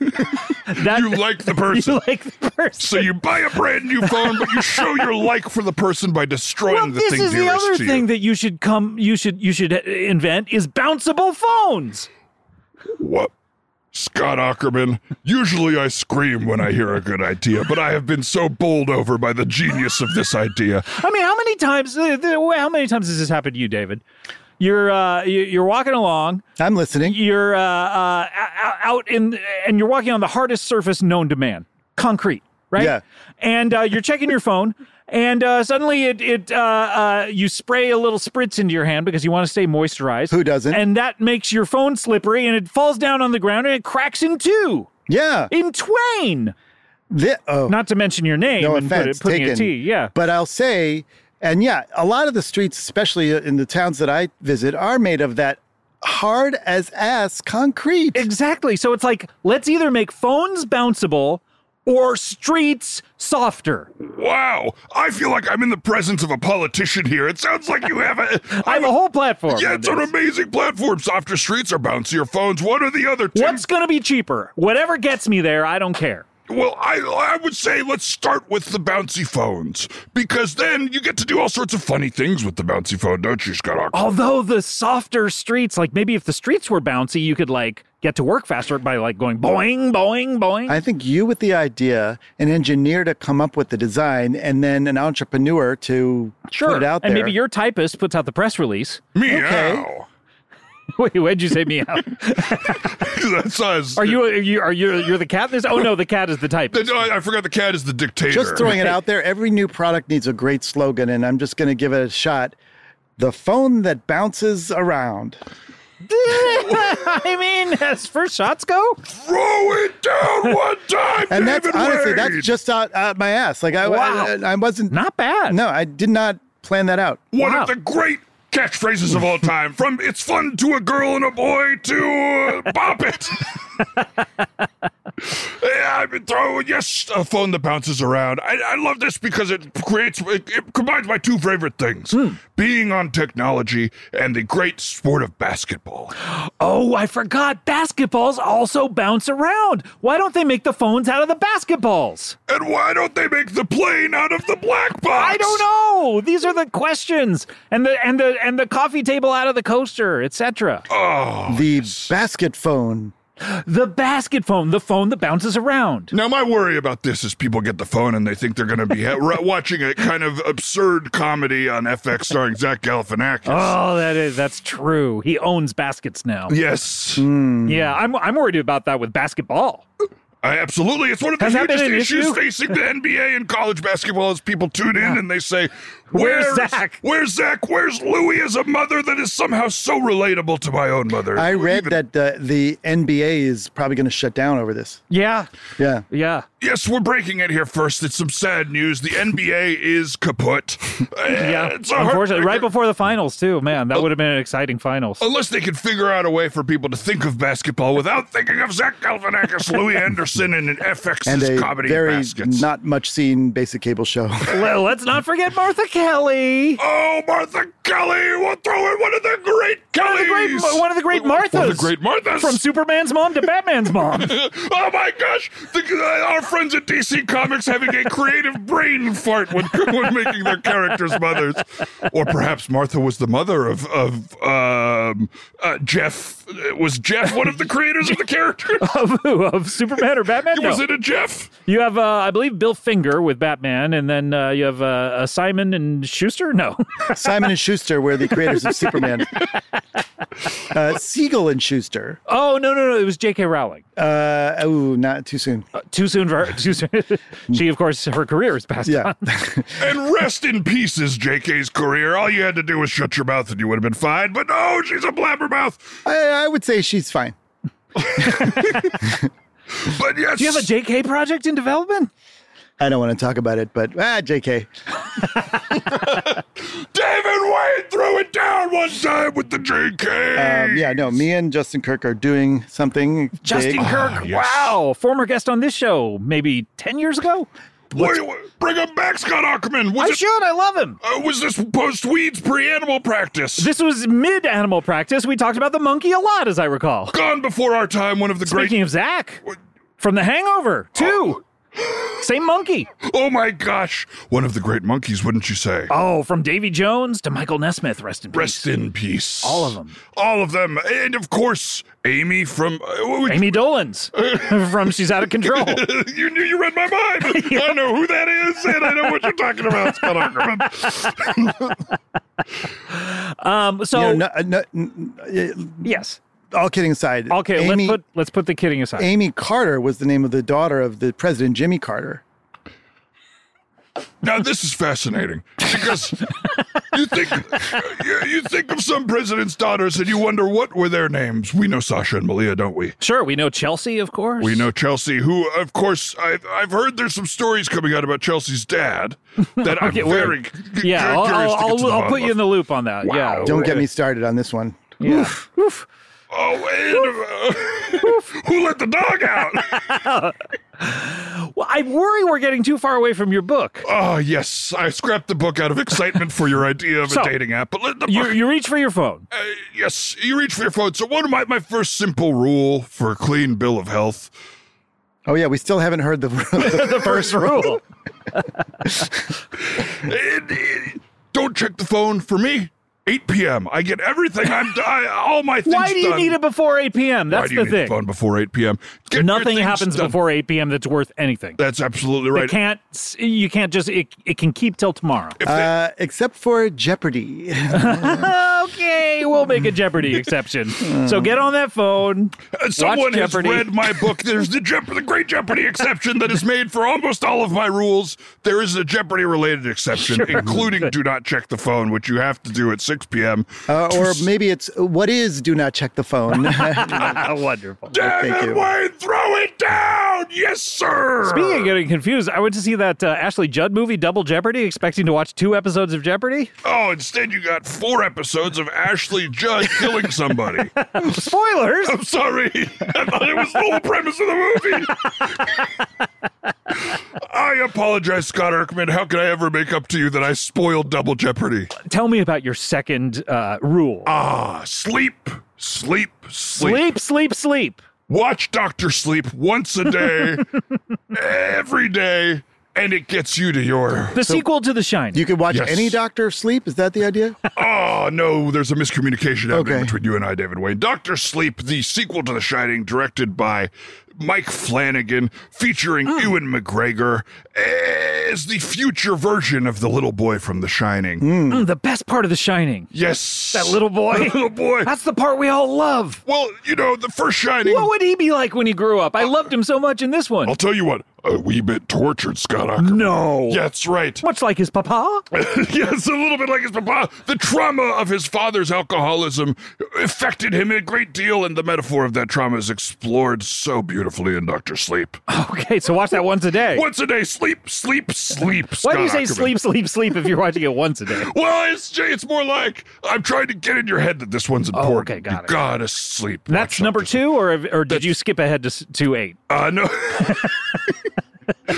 that you like the (laughs) person. you like the (laughs) person. so you buy a brand new phone, but you show your like for the person by destroying well, the this thing is the dearest other to thing you. that you should come, you should, you should uh, invent is bounceable phones. What? Scott Ackerman. Usually I scream when I hear a good idea, but I have been so bowled over by the genius of this idea. I mean, how many times? uh, th- How many times has this happened to you, David? You're uh, you- you're walking along. I'm listening. You're uh, uh, o- out in, and you're walking on the hardest surface known to man, concrete, right? Yeah. And uh, you're checking your phone, and uh, suddenly it it uh, uh, you spray a little spritz into your hand because you want to stay moisturized. Who doesn't? And that makes your phone slippery, and it falls down on the ground, and it cracks in two, Yeah. in twain. Thi- oh. Not to mention your name. no and put it- offense putting taken. a T, yeah. But I'll say, and yeah, a lot of the streets, especially in the towns that I visit, are made of that hard as ass concrete. Exactly. So it's like, let's either make phones bounceable or streets softer. Wow, I feel like I'm in the presence of a politician here. It sounds like you have a. (laughs) I have a whole platform. Yeah, on it's an this. amazing platform. Softer streets or bouncier phones, one or the other. Tim. What's going to be cheaper? Whatever gets me there, I don't care. Well, I I would say let's start with the bouncy phones because then you get to do all sorts of funny things with the bouncy phone, don't you, Scott? Oh, Ackerman? Although the softer streets, like maybe if the streets were bouncy, you could like get to work faster by like going boing, boing, boing. I think you with the idea, an engineer to come up with the design, and then an entrepreneur to put it out there. And maybe your typist puts out the press release. (laughs) Meow. (laughs) Wait, what'd you say meow? that says. are you are you are you you're the cat? in This oh no, the cat is the (laughs) typist. (laughs) That- I, I forgot the cat is the dictator. just throwing it out there. Every new product needs a great slogan, and I'm just going to give it a shot. The phone that bounces around. I mean, as first shots go, Throw (laughs) it down one time, And that's David honestly, Wade! that's just out, out my ass. Like I, Wow. I, I wasn't. not bad. No, I did not plan that out. one wow. of the great catchphrases (laughs) of all time. From "It's fun to a girl and a boy" to uh, "Bop it." yeah, I've been throwing yes a phone that bounces around. I, I love this because it creates it, it combines my two favorite things: Hmm. being on technology and the great sport of basketball. Oh, I forgot. Basketballs also bounce around. Why don't they make the phones out of the basketballs? And why don't they make the plane out of the black box? I don't know. These are the questions. And the and the and the coffee table out of the coaster, etc. Oh. The basket phone. The basket phone, the phone that bounces around. Now, my worry about this is people get the phone and they think they're going to be ha- re- watching a kind of absurd comedy on FX starring Zach Galifianakis. Oh, that is that's true. He owns baskets now. Yes, Hmm. Mm. Yeah, I'm I'm worried about that with basketball. I absolutely. It's one of the Has that been hugest an issues issue? facing the NBA and college basketball. Is people tune in and they say, Where's "Where's Zach?" Where's Zach? Where's Louie?" As a mother that is somehow so relatable to my own mother. I read Even- that uh, the NBA is probably going to shut down over this. Yeah. Yeah. Yeah. Yes, we're breaking it here first. It's some sad news. The NBA is kaput. (laughs) Yeah. yeah, Unfortunately, right before the finals too. Man, that would have been an exciting finals. Unless they could figure out a way for people to think of basketball without thinking of Zach Galifianakis, (laughs) Louis Anderson, and an FX's And a comedy very baskets. not much seen basic cable show. (laughs) Well, Let's not forget Martha Kelly. oh, Martha Kelly! We'll throw in one of the great Kellys. the great- one of the great One of Marthas. the great Marthas. from Superman's mom to Batman's mom. (laughs) oh my gosh! The, uh, our friends at DC Comics having a (laughs) creative brain fart when, (laughs) when making their characters mothers, or perhaps Martha was the mother of of um, uh, Jeff. Was Jeff one of the (laughs) creators of the character? of who? Of Superman or Batman? No. (laughs) Was it a Jeff? you have, uh, I believe, Bill Finger with Batman, and then uh, you have uh, uh, Simon and Schuster. No, (laughs) Simon and Schuster were the creators of Superman. Uh, Siegel and Schuster. oh no, no, no! It was J.K. Rowling. Uh, oh, not too soon. Too soon for her, (laughs) too soon. she, of course, her career is passed Yeah. (laughs) on. And rest in pieces, JK's career. All you had to do was shut your mouth and you would have been fine. But no, she's a blabbermouth. I, I would say she's fine. But yes. Do you have a J.K. project in development? I don't want to talk about it, but ah, JK. David Wayne threw it down one time with the JK. Um, yeah, no, me and Justin Kirk are doing something. Justin big. Kirk, yes. wow, former guest on this show, maybe ten years ago. Wait, wait, bring him back, Scott Ackerman. Was, I it- should. I love him. uh, was this post weeds pre animal practice? This was mid animal practice. We talked about the monkey a lot, as I recall. Gone before our time, one of the Speaking great. of Zach, from The Hangover, too. Same monkey. Oh my gosh. One of the great monkeys, wouldn't you say? Oh, from Davy Jones to Michael Nesmith. Rest in peace. Rest in peace. All of them. All of them. And of course, Amy from. uh, what would- Amy (laughs) Dolan's from She's Out of Control. you knew you read my (laughs) mind. I know who that is, and I know what you're talking about, Scott (laughs) Ackerman. Um, so You know, no- no- n- yes. all kidding aside. Okay, Amy, let's put let's put the kidding aside. Amy Carter was the name of the daughter of the president, Jimmy Carter. Now this is fascinating because you think you, you think of some president's daughters and you wonder what were their names. We know Sasha and Malia, don't we? Sure, we know Chelsea, of course. We know Chelsea, who, of course, I've, I've heard there's some stories coming out about Chelsea's dad that I'm we're- very c- c- Yeah, I'll, curious I'll, to get to I'll, the I'll bottom put you of. in the loop on that. Wow. Yeah. Don't get me started on this one. yeah. Oh, and, uh, (laughs) who let the dog out? Well, I worry we're getting too far away from your book. oh, yes. I scrapped the book out of excitement for your idea (laughs) of So, a dating app, but let the You, you reach for your phone. Uh, yes, you reach for your phone. So, one of my, my first simple rule for a clean bill of health Oh, yeah, we still (laughs) haven't heard the, (laughs) the First rule. it- it- don't check the phone for me. 8 p.m. I get everything. I'm I, all my (laughs) things. Why do you done. need it before 8 p.m.? Why That's do you the need the thing. phone before 8 p.m.? Get your Nothing things happens done. before 8 p.m. that's worth anything. That's absolutely It right. can't. You can't just. It, it can keep till tomorrow. Uh, except for Jeopardy. okay, we'll make a Jeopardy exception. so get on that phone. Uh, Someone has Jeopardy. read my book. There's the, Jeop- the Great Jeopardy exception that is made for almost all of my rules. There is a Jeopardy related exception, including do not check the phone, which you have to do at 6 p.m. Uh, or maybe it's what is do not check the (laughs) phone. Wonderful. Damn thank it, you. Wayne, throw it down! Yes, sir! Speaking of getting confused, I went to see that uh, Ashley Judd movie, Double Jeopardy, expecting to watch two episodes of Jeopardy. Oh, instead you got four episodes of Ashley Judd (laughs) killing somebody. Spoilers! I'm sorry. I thought it was the whole premise of the (laughs) movie. I apologize, Scott Erkman. How could I ever make up to you that I spoiled Double Jeopardy? Tell me about your second uh, rule. Ah, sleep, sleep, sleep. sleep, sleep, sleep. Watch Doctor Sleep once a (laughs) day, every day, and it gets you to your. The sequel to The Shining. you could watch Yes. any doctor sleep. Is that the idea? Oh, no, there's a miscommunication happening Okay. between you and I, David Wayne. Doctor Sleep, the sequel to The Shining, directed by Mike Flanagan, featuring Hmm. Ewan McGregor as the future version of the little boy from The Shining. Mm, the best part of The Shining. Yes. That little boy. That (laughs) little boy. That's the part we all love. Well, you know, the first Shining. What would he be like when he grew up? I loved him so much in this one. I'll tell you what, a wee bit tortured, Scott Ackerman. No. Yeah, that's right. (laughs) Much like his papa. (laughs) yes, a little bit like his papa. The trauma of his father's alcoholism affected him a great deal, and the metaphor of that trauma is explored so beautifully in Doctor Sleep. Okay, so watch that once a day. Once a day, sleep, sleep, sleep. Why do you say Scott sleep, Ackerman. sleep, sleep if you're watching it once a day? Well, it's it's more like I'm trying to get in your head that this one's important. Oh, okay, got you it. gotta sleep. That's Watch number Doctor two, or or did you skip ahead to s- to eight? Uh, no.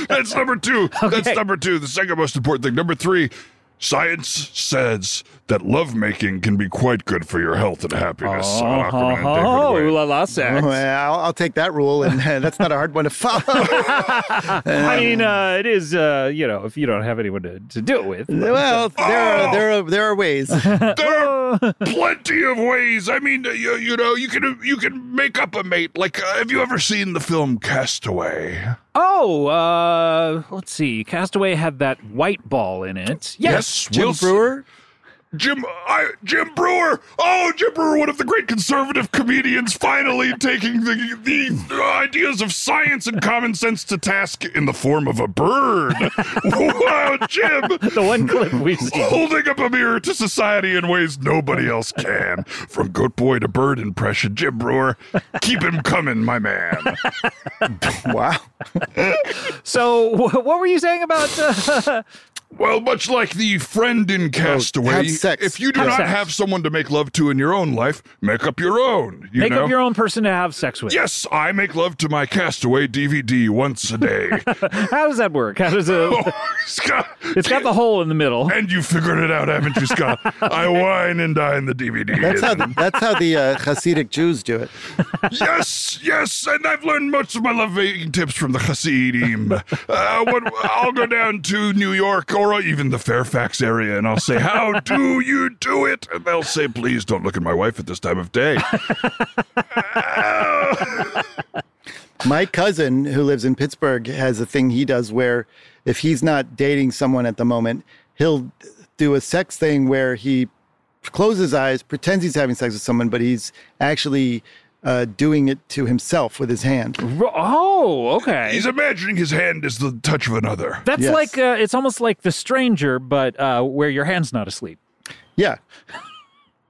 That's number two. Okay. That's number two. The second most important thing. Number three, science says that lovemaking can be quite good for your health and happiness. So, Aquaman, David Uh-huh. Oh, Wayne. ooh la la sex. Oh, I'll, I'll take that rule, and (laughs) that's not a hard one to follow. I mean, uh, it is uh, you know if you don't have anyone to, to do it with. (laughs) well, there are, there are there are ways. there "Oh." are plenty of ways. I mean, uh, you, you know, you can you can make up a mate. Like, uh, have you ever seen the film Castaway? Oh, uh, let's see. Castaway had that white ball in it. Yes. Jim Wilson- Brewer. Jim, I, Jim Brewer. Oh, Jim Brewer, one of the great conservative comedians, finally taking the, the ideas of science and common sense to task in the form of a bird. wow, Jim. The one clip we see. Holding up a mirror to society in ways nobody else can. From goat boy to bird impression, Jim Brewer, keep him coming, my man. (laughs) Wow. So, wh- what were you saying about uh, Well, much like the friend in Castaway, have sex. if you do Have not sex. have someone to make love to in your own life, make up your own. You Make know? up your own person to have sex with. Yes, I make love to my Castaway DVD once a day. How does that work? How does it? oh, Scott, It's got the hole in the middle. and you figured it out, haven't you, Scott? I whine and dine the DVD. That's how that's how the uh, Hasidic Jews do it. (laughs) yes, yes, and I've learned most of my love making tips from the Hasidim. Uh, when, I'll go down to New York or even the Fairfax area, and I'll say, "How do you do it?" And they'll say, "Please don't look at my wife at this time of day." My cousin who lives in Pittsburgh has a thing he does where if he's not dating someone at the moment, he'll do a sex thing where he closes his eyes, pretends he's having sex with someone, but he's actually uh, doing it to himself with his hand. Oh, okay. He's imagining his hand is the touch of another. That's Yes. like uh, it's almost like the stranger, but uh, where your hand's not asleep. Yeah.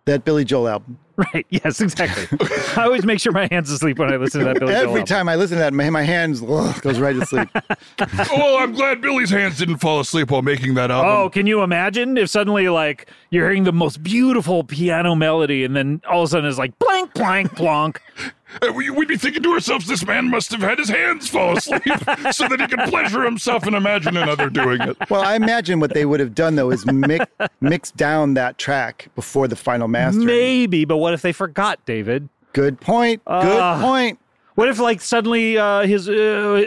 That Billy Joel album. Right. (laughs) Yes. (laughs) Exactly. I always make sure my hand's asleep when I listen to that. Billy Joel Every album. time I listen to that, my, my hands (laughs) ugh, goes right to sleep. well, I'm glad Billy's hands didn't fall asleep while making that Oh, album. can you imagine if suddenly like you're hearing the most beautiful piano melody, and then all of a sudden it's like blank, blank, (laughs) blank. Uh, we- We'd be thinking to ourselves, this man must have had his hands (laughs) fall asleep so that he could pleasure himself and imagine another doing it. well, I imagine what they would have done though is mix, mix down that track before the final master. Maybe, but what if they forgot, David? Good point. Good Ah. point. What if like suddenly uh, his uh,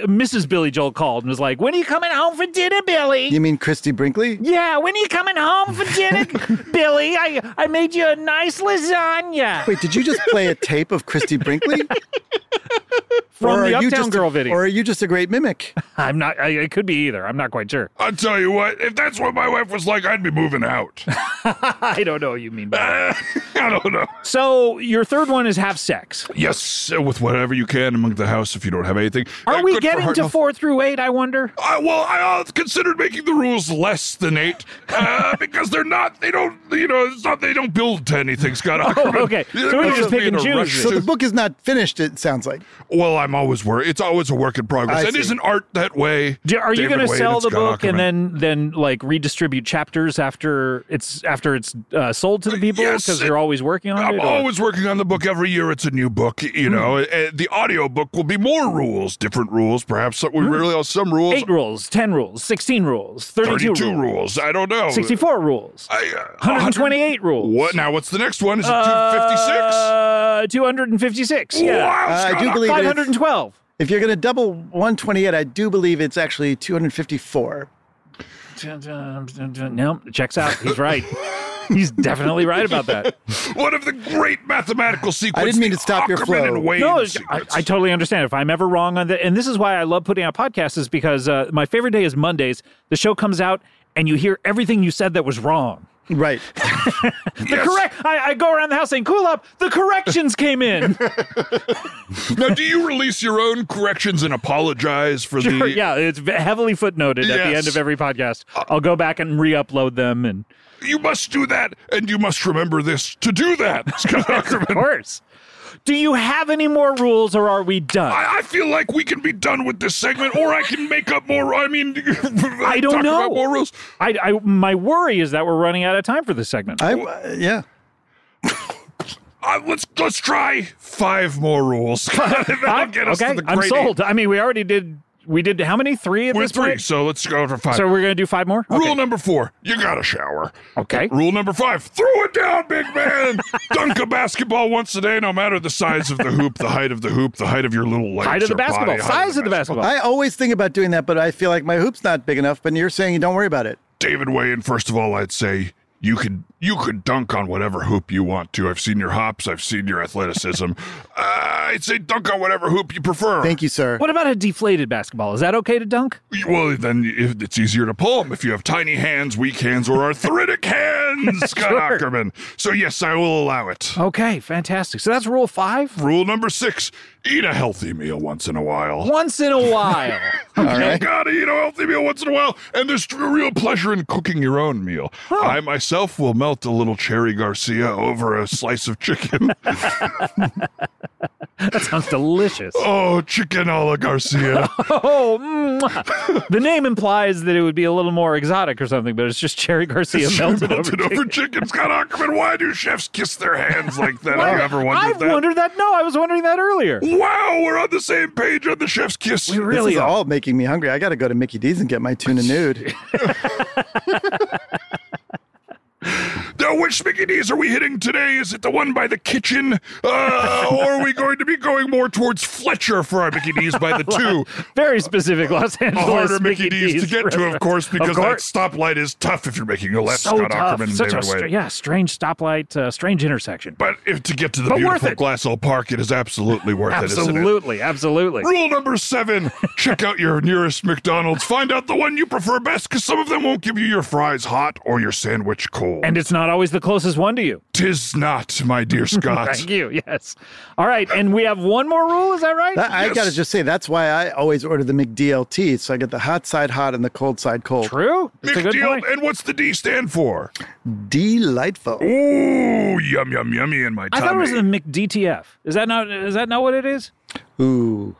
Mrs. Billy Joel called and was like, "When are you coming home for dinner, Billy?" You mean Christy Brinkley? Yeah, when are you coming home for (laughs) dinner, Billy? I I made you a nice lasagna Wait, did you just play a tape of Christy Brinkley? (laughs) from are the you Uptown just, Girl video. Or are you just a great mimic? I'm not. I, it could be either. I'm not quite sure. I'll tell you what, if that's what my wife was like, I'd be (laughs) moving out. I don't know what you mean by that. Uh, I don't know. So your third one is have sex. Yes, uh, with whatever you can among the house if you don't have anything. Are Uh, we good for getting heart to health. four through eight? I wonder. I, well, I uh, considered making the rules less than eight uh, (laughs) because they're not. They don't. You know, it's not. They don't build to anything, Scott. Ackerman. Oh, okay. So we It can must just be pick in and a choose rush then. to- The book is not finished, it sounds like. Well, I'm always worried. It's always a work in progress. I and see. isn't art that way? Do- are you David going to Wade sell and the Scott book Ackerman? and then then like redistribute chapters after it's after it's uh, sold to the people yes, because you're always working on I'm it? or- Hmm. always working on the book. Every year it's a new book, you know. Uh, The audio book will be more rules, different rules, perhaps. We really have some rules. Hmm. Eight rules, ten rules, sixteen rules, thirty-two, 32 rules, rules. I don't know. sixty-four rules, I, uh, 128 rules. What now? What's the next one? Is it 256? Uh, 256. Yeah. Wow, Uh, I Scott, do believe it is, 512. if you're going to double 128, I do believe it's actually 254. No, it Uh, checks out. He's (laughs) right. He's definitely right about that. One of the great mathematical sequences. I didn't mean to stop your flow. And Wayne No, it's- I, sequence. I totally understand. If I'm ever wrong on that, and this is why I love putting out podcasts, is because uh, my favorite day is Mondays. The show comes out, and you hear everything you said that was wrong. Right. The correct. I, I go around the house saying, "Cool up." The corrections came (laughs) in. (laughs) now, do you release your own corrections and apologize for the? yeah, it's heavily footnoted at the Yes. end of every podcast. I'll go back and re-upload them, and You must do that, and you must remember this to do that, (laughs) of Scott (laughs) Ackerman. course. Do you have any more rules, or are we done? I, I feel like we can be done with this segment, or I can make up more. I mean, (laughs) I don't talk know. about more rules. I, I my worry is that we're running out of time for this segment. I, uh, yeah. Uh, let's let's try five more rules, (laughs) Scott, and that'll I'm- get us okay, to the I'm great sold. I mean, we already did. We did how many? Three at We're this three, point. so let's go for five. So we're gonna do five more. Okay. Rule number four, you gotta shower. Okay. Rule number five, throw it down, big (laughs) man. Dunk a basketball once a day, no matter the size of the hoop, the height of the hoop, the height of your little legs. Height of the or basketball. body, height size of the basketball. I always think about doing that, but I feel like my hoop's not big enough. But you're saying don't worry about it. David Wayan, first of all, I'd say you could you could dunk on whatever hoop you want to. I've seen your hops, I've seen your athleticism. (laughs) uh, I'd say dunk on whatever hoop you prefer. Thank you, sir. What about a deflated basketball? Is that okay to dunk? Well, then if it's easier to pull 'em if you have tiny hands, weak hands, or arthritic hands, Scott Ackerman. So yes, I will allow it. Okay, fantastic. So that's rule five. Rule number six: eat a healthy meal once in a while. Once in a (laughs) while. You gotta eat a healthy meal once in a while, and there's a real pleasure in cooking your own meal. I myself will melt a little cherry Garcia over a slice of chicken. That sounds delicious. Oh, Chicken a (laughs) la Garcia. Oh, mwah. the name implies that it would be a little more exotic or something, but it's just Cherry Garcia melted, melted over. over chicken. Scott Ackerman, why do chefs kiss their hands like that? Have you ever wondered I've that? wondered that. No, I was wondering that earlier. Wow, we're on the same page on the chef's kiss. We This really is are. all making me hungry. I got to go to Mickey D's and get (laughs) my tuna nude. Now, which Mickey D's are we hitting today? Is it the one by the kitchen? Uh, or are we going to be going more towards Fletcher for our Mickey D's by (laughs) the two? Very specific Los A Angeles. harder Mickey, D's, to get to, of restaurant. course, because course. that stoplight is tough if you're making a left, So Scott tough. Ackerman, Such a David Wade. stra- yeah, strange stoplight, uh, strange intersection. But if to get to the But worth beautiful it. Glassell Park, it is absolutely worth it, isn't it? Absolutely, absolutely. Rule number seven check out your nearest McDonald's. Find out the one you prefer best because some of them won't give you your fries hot or your sandwich cold. And it's not always the closest one to you. tis not, (laughs) my dear Scott. Thank you. Yes. All right, and we have one more rule. Is that right? That- I got to just say, that's why I always order the McDLT. So I get the hot side hot and the cold side cold. True. That's a good McDeal- point. and what's the D stand for? Delightful. Ooh, yum yum yummy in my I tummy. thought it was the McDTF. Is that not? Is that not what it is? Ooh.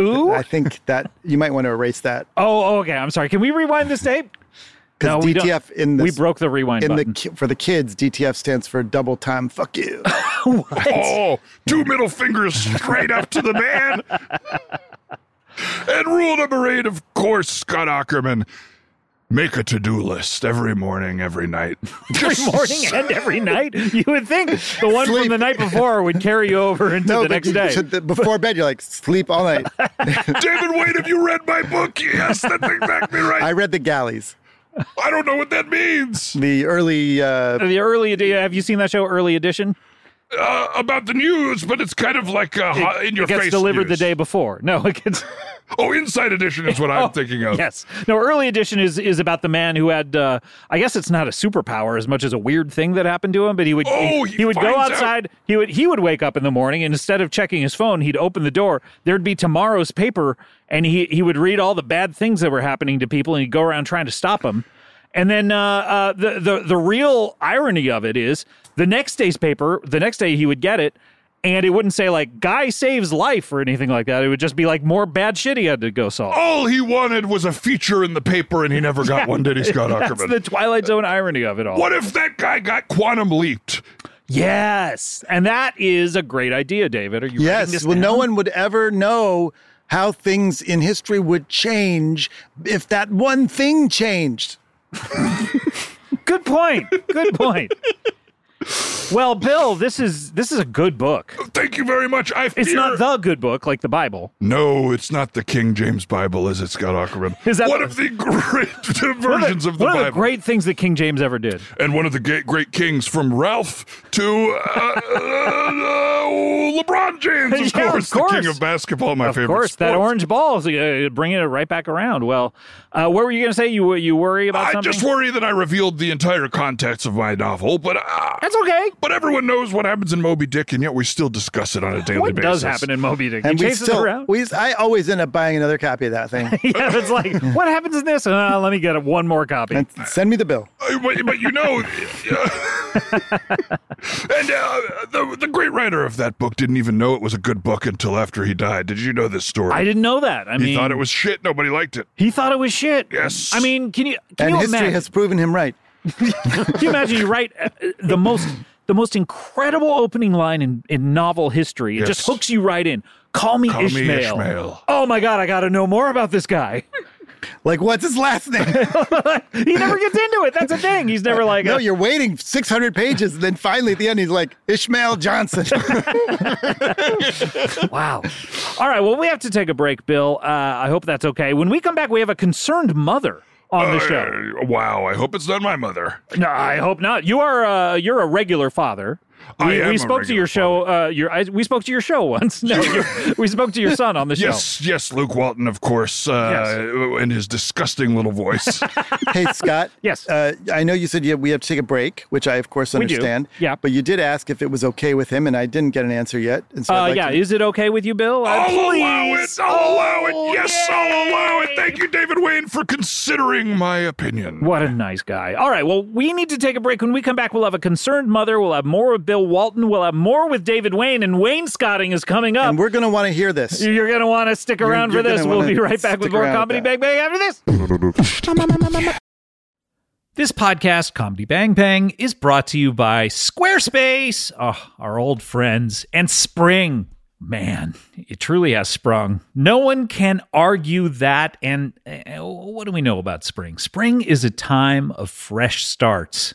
Ooh. I think that you might want to erase that Oh, okay. I'm sorry. Can we rewind this (laughs) tape? No, because we don't. DTF in the we broke the rewind in the button. (laughs) ki- for the kids. DTF stands for double time. Fuck you. Oh, two middle fingers straight up to the man. and rule number eight, of course, Scott Ackerman. Make a to-do list every morning, every night. every (laughs) morning and every night. You would think the one from Sleep. the night before would carry you over (laughs) into the but next you- day. so the- before bed, you're like sleep (laughs) all night. David Wade, have you read my book? Yes, that thing back me right. I read the galleys, I don't know what that means. the early. Uh, the early edi- have you seen that show Early Edition? Uh, about the news, but it's kind of like uh, hot- in your it gets face. delivered the news. day before. No, it gets Oh, Inside Edition is what I'm Oh, thinking (laughs) of. Yes. No, Early Edition is is about the man who had uh, I guess it's not a superpower as much as a weird thing that happened to him, but he would Oh, he, he would go finds out. outside, he would he would wake up in the morning and instead of checking his phone, he'd open the door, there'd be tomorrow's paper and he he would read all the bad things that were happening to people and he'd go around trying to stop them. And then uh, uh, the, the the real irony of it is the next day's paper, the next day he would get it and it wouldn't say like guy saves life or anything like that. It would just be like more bad shit he had to go solve. All he wanted was a feature in the paper, and he never got one, (laughs) did he, Scott That's Ackerman? the Twilight Zone irony of it all. What if that guy got quantum leaped? Yes, and that is a great idea, David. Are you? writing yes. this Well, no down? one would ever know how things in history would change if that one thing changed. Good point. (laughs) Good point. well, Bill, this is this is a good book. Thank you very much. I fear... It's not the good book like the Bible. No, it's not the King James Bible, is it, Scott Ackerman? Is that one the- of the (laughs) great versions of the one Bible? of the great things that King James ever did. and one of the great, great kings from Ralph to uh, uh, uh, LeBron James, (laughs) of, Yeah, of course, the course. king of basketball, my of favorite. course, that sport. orange ball is uh, bringing it right back around. Well, uh, what were you going to say? You you worry about I something? just worry that I revealed the entire contents of my novel, but uh, That's okay. but everyone knows what happens in Moby Dick, and yet we still discuss it on a daily What does basis. happen in Moby Dick? And he we chases it still, around. we, I always end up buying another copy of that thing. (laughs) yeah, it's like what happens in this? Uh, let me get one more copy. and send me the bill. Uh, but, but you (laughs) know, (laughs) and uh, the the great writer of that book didn't even know it was a good book until after he died. Did you know this story? I didn't know that. I he mean, thought it was shit. Nobody liked it. He thought it was shit. Yes. I mean, can you can And you history imagine? has proven him right. can you imagine you write uh, uh, the most the most incredible opening line in, in novel history? It just Yes. hooks you right in. Call me Call me Ishmael. Ishmael. Oh my god, I got to know more about this guy. (laughs) Like, what's his last name? he never gets into it. That's a thing. He's never like. no, uh, you're waiting 600 pages. And then finally at the end, he's like, Ishmael (laughs) Johnson. (laughs) Wow. All right. Well, we have to take a break, Bill. Uh, I hope that's okay. When we come back, we have a concerned mother on the show. Uh, wow, I hope it's not my mother. No, I hope not. You are uh, you're a regular father. We, I am we a spoke to your regular show. Uh, your I, we spoke to your show once. (laughs) No, (laughs) you- we spoke to your son on the show. Yes, yes, Luke Walton, of course, uh, and his disgusting little voice. hey, Scott. Yes. Uh, I know you said you, we have to take a break, which I, of course, do. understand. Yeah. But you did ask if it was okay with him, and I didn't get an answer yet. And so Uh, I'd like yeah, to- Oh, is it okay with you, Bill? Uh, I'll allow it. please. I'll allow it. Yes, I'll yay. allow it. Thank you, David Wayne, for considering my opinion. What a nice guy. All right, well, we need to take a break. When we come back, we'll have a concerned mother. We'll have more with Bill Walton. We'll have more with David Wayne, and Wainscoting is coming up. And we're going to want to hear this. You're going to want to stick around you're for this. gonna We'll wanna be right back with stick more around with Comedy Bang that. Bang after this. This podcast, Comedy Bang Bang, is brought to you by Squarespace, oh, our old friends, and Spring. Man, it truly has sprung. No one can argue that. And uh, what do we know about spring? Spring is a time of fresh starts.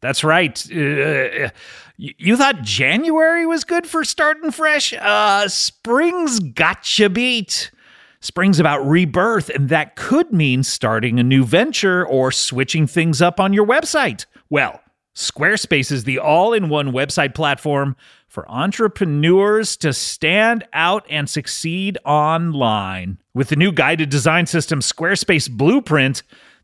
That's right. Uh, you you thought January was good for starting fresh? Uh, spring's gotcha beat. Spring's about rebirth, and that could mean starting a new venture or switching things up on your website. Well, Squarespace is the all in one website platform for entrepreneurs to stand out and succeed online. With the new guided design system, Squarespace Blueprint,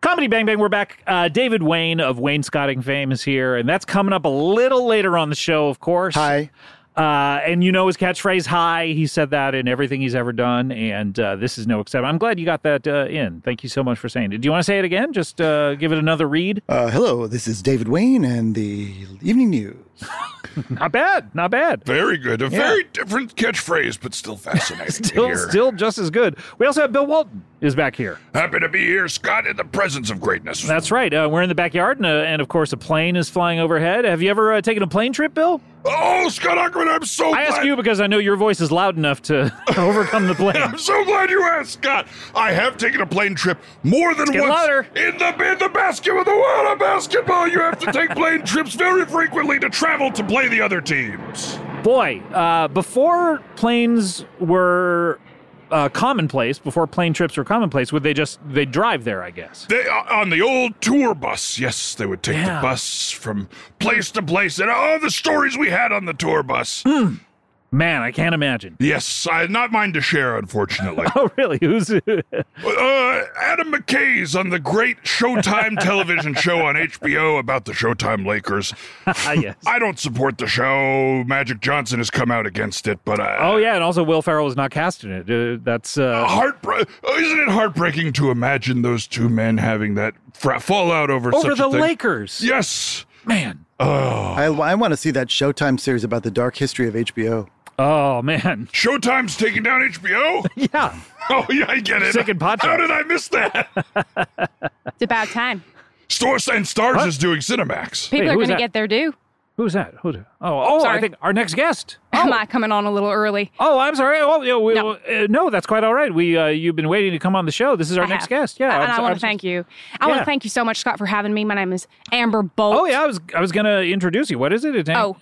Comedy Bang Bang, we're back. Uh, David Wayne of Wayne Scotting fame is here, and that's coming up a little later on the show, of course. Hi. Uh, and you know his catchphrase, hi. He said that in everything he's ever done, and uh, this is no exception. I'm glad you got that uh, in. Thank you so much for saying it. Do you want to say it again? Just uh, give it another read? Uh, hello, this is David Wayne and the evening news. Not bad. Not bad. Very good. A very different catchphrase, but still fascinating (laughs) to Still, hear. still just as good. We also have Bill Walton is back here. Happy to be here, Scott, in the presence of greatness. That's right. Uh, we're in the backyard, and, uh, and of course, a plane is flying overhead. Have you ever uh, taken a plane trip, Bill? oh, Scott Ackerman, I'm so I glad. ask you because I know your voice is loud enough to (laughs) overcome the plane. I'm so glad you asked, Scott. I have taken a plane trip more than getting once. louder. In the in the basket of the world of basketball, you have to take plane trips very frequently to travel to play the other teams. Boy, uh, before planes were uh, commonplace, before plane trips were commonplace, would they just they drive there? I guess. They uh, on the old tour bus. Yes, they would take Yeah. the bus from place to place, and all the stories we had on the tour bus. Hmm. Man, I can't imagine. (laughs) Yes, I not mine to share, unfortunately. Oh, really? Who's (laughs) Uh, Adam McKay's on the great Showtime television (laughs) show on HBO about the Showtime Lakers. Ah, yes. I don't support the show. Magic Johnson has come out against it, but uh, Oh yeah, and also Will Ferrell is not cast in it. Uh, that's uh, heartbreak! oh, Isn't it heartbreaking to imagine those two men having that fra- fallout over over Oh, such the a thing? Lakers. Yes. Man. I, I want to see that Showtime series about the dark history of HBO. Oh man. (laughs) Showtime's taking down HBO. Yeah. oh yeah, I get it. Second podcast. How did I miss that? It's about time. Stores and Stars is doing Cinemax. People Hey, are who was going to that? get their due. Who's that? Who? Oh, oh, I Sorry. think our next guest. Am I coming on a little early? Oh, I'm sorry. Oh, yeah, we, No. uh, no, that's quite all right. We, uh, you've been waiting to come on the show. This is our I next have. guest. Yeah, and I'm so- I want I'm to so- thank you. I want Yeah. to thank you so much, Scott, for having me. My name is Amber Bolt. Oh yeah, I was, I was gonna introduce you. What is it? It's- Oh,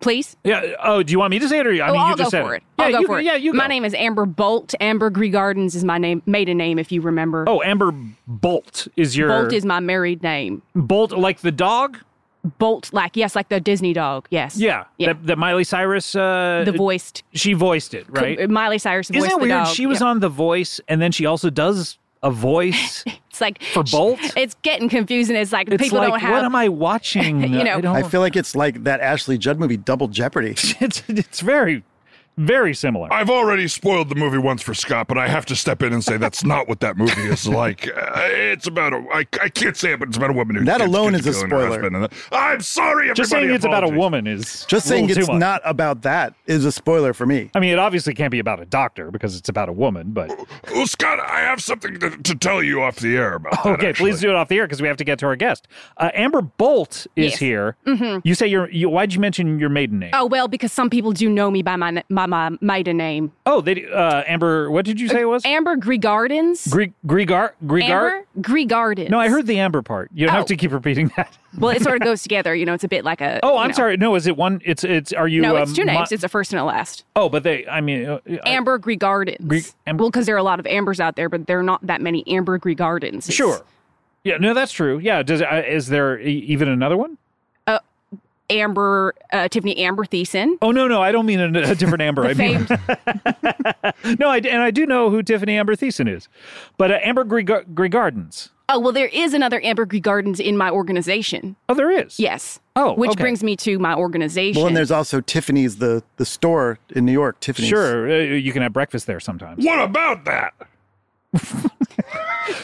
please. yeah. Oh, do you want me to say it or you- I oh, mean, I'll you just go said for it. Yeah, I'll go you, for it. Yeah, you. My go. name is Amber Bolt. Ambergris Gardens is my name, maiden name, if you remember. Oh, Amber Bolt is your Bolt is my married name. Bolt like the dog. Bolt, like yes, like the Disney dog. Yes. Yeah, Yeah. That, that Miley Cyrus. Uh, the voiced. She voiced it, right? Miley Cyrus voiced Isn't it the weird? dog. She was Yeah. on The Voice, and then she also does a (laughs) voice. It's like for Bolt? It's getting confusing. It's like It's people like, don't have. what am I watching? (laughs) You know. (laughs) Oh. I, don't, (laughs) I feel like it's like that Ashley Judd movie, Double Jeopardy. it's, it's very Very similar. I've already spoiled the movie once for Scott, but I have to step in and say that's not what that movie is like. Uh, it's about a. I, I can't say it, but it's about a woman who That gets- alone gets is a to kill her spoiler. husband and- I'm sorry, everybody. Just saying it's about a apologies. woman is Just a saying little it's too much. not about that is a spoiler for me. I mean, it obviously can't be about a doctor because it's about a woman, but Well, Scott, I have something to, to tell you off the air about. that, okay, actually. Oh, please do it off the air because we have to get to our guest. Uh, Amber Bolt is Yes. Mm-hmm. here. You say your you, why'd you mention your maiden name? Oh well, because some people do know me by my na- my, my maiden name, Oh, they uh, Amber. What did you say it was? Amber Gardens. Gre- Gregar Gregar. Amber Gardens. No, I heard the Amber part. You don't have Oh. to keep repeating (laughs) that. Well, it sort of goes together. You know, it's a bit like a. Oh, you I'm know. sorry. No, is it one? It's it's. Are you? No, it's um, two names. mo- it's a first and a last. oh, but they. I mean, uh, I- Amber Gardens. Gre- Am- well, because there are a lot of Ambers out there, but there are not that many Amber Gardens. Sure. Yeah. No, that's true. Yeah. Does uh, is there e- even another one? Amber uh, Tiffany Amber Thiessen. Oh no, no, I don't mean a, a different Amber. I mean, (laughs) Famed no, I, and I do know who Tiffany Amber Thiessen is, but uh, Amber Greg- Gregardens. Oh, well, there is another Amber Gardens in my organization. Oh, there is. Yes. Oh, Which okay. brings me to my organization. Well, and there's also Tiffany's, the the store in New York. Tiffany's. Sure, uh, you can have breakfast there sometimes. What about that?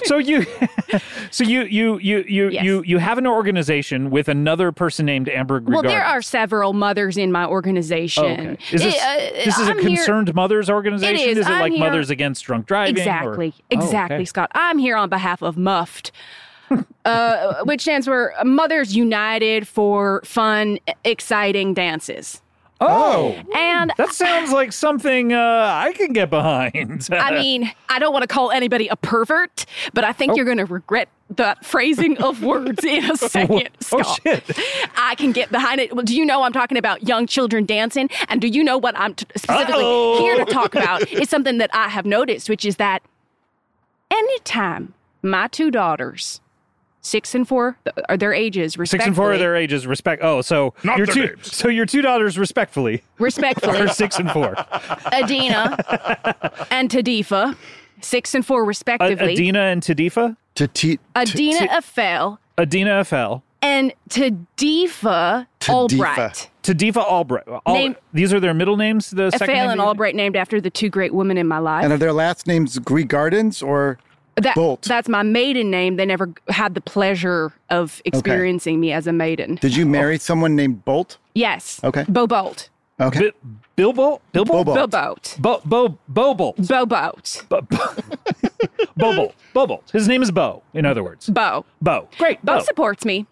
So you, (laughs) so you, you, you, you, Yes. you, you have an organization with another person named Amber. Gregardens. well, there are several mothers in my organization. Oh, okay. Is this, It, uh, this is I'm a here- concerned mothers organization? It it is. I'm like here- Mothers Against Drunk Driving? or- Exactly. Oh, okay. Exactly, Scott. I'm here on behalf of MUFT, (laughs) uh, which stands for Mothers United for Fun, Exciting Dances. Oh, And that sounds like something uh, I can get behind. (laughs) I mean, I don't want to call anybody a pervert, but I think you're going to regret the phrasing of words in a second, Oh. (laughs) Oh, Scott. shit. I can get behind it. Well, do you know I'm talking about young children dancing? And do you know what I'm t- specifically Uh-oh. here to talk about? (laughs) It's something that I have noticed, which is that anytime my two daughters, six and four, th- are their ages, respectfully, Six and four are their ages, respect. Oh, so Not your their two, names. so your two daughters, respectfully, respectfully, are six and four. Adina (laughs) and Tadifa, six and four, A- respectively, Adina and Tadifa. To te- Adina to- to- Afel, Adina FL. and Tadifa Albright. Tadifa Albright. Al- Name- these are their middle names. The second Fail name and that you- Albright named after the two great women in my life. and are their last names Gree Gardens or That- Bolt. That's my maiden name. They never had the pleasure of experiencing me as a maiden. did you marry someone named Bolt? Yes. Okay. Bo Bolt. Okay. Bi- Bilbo. Bilbo. Bolt. Bo Bolt. Bo. Bo. (laughs) Bobolt. Bo Bolt. Bo. Bo- (laughs) Bobolt. Bobolt. His name is Bo. In other words, Bo. Bo. Great. Bo Bo. supports me.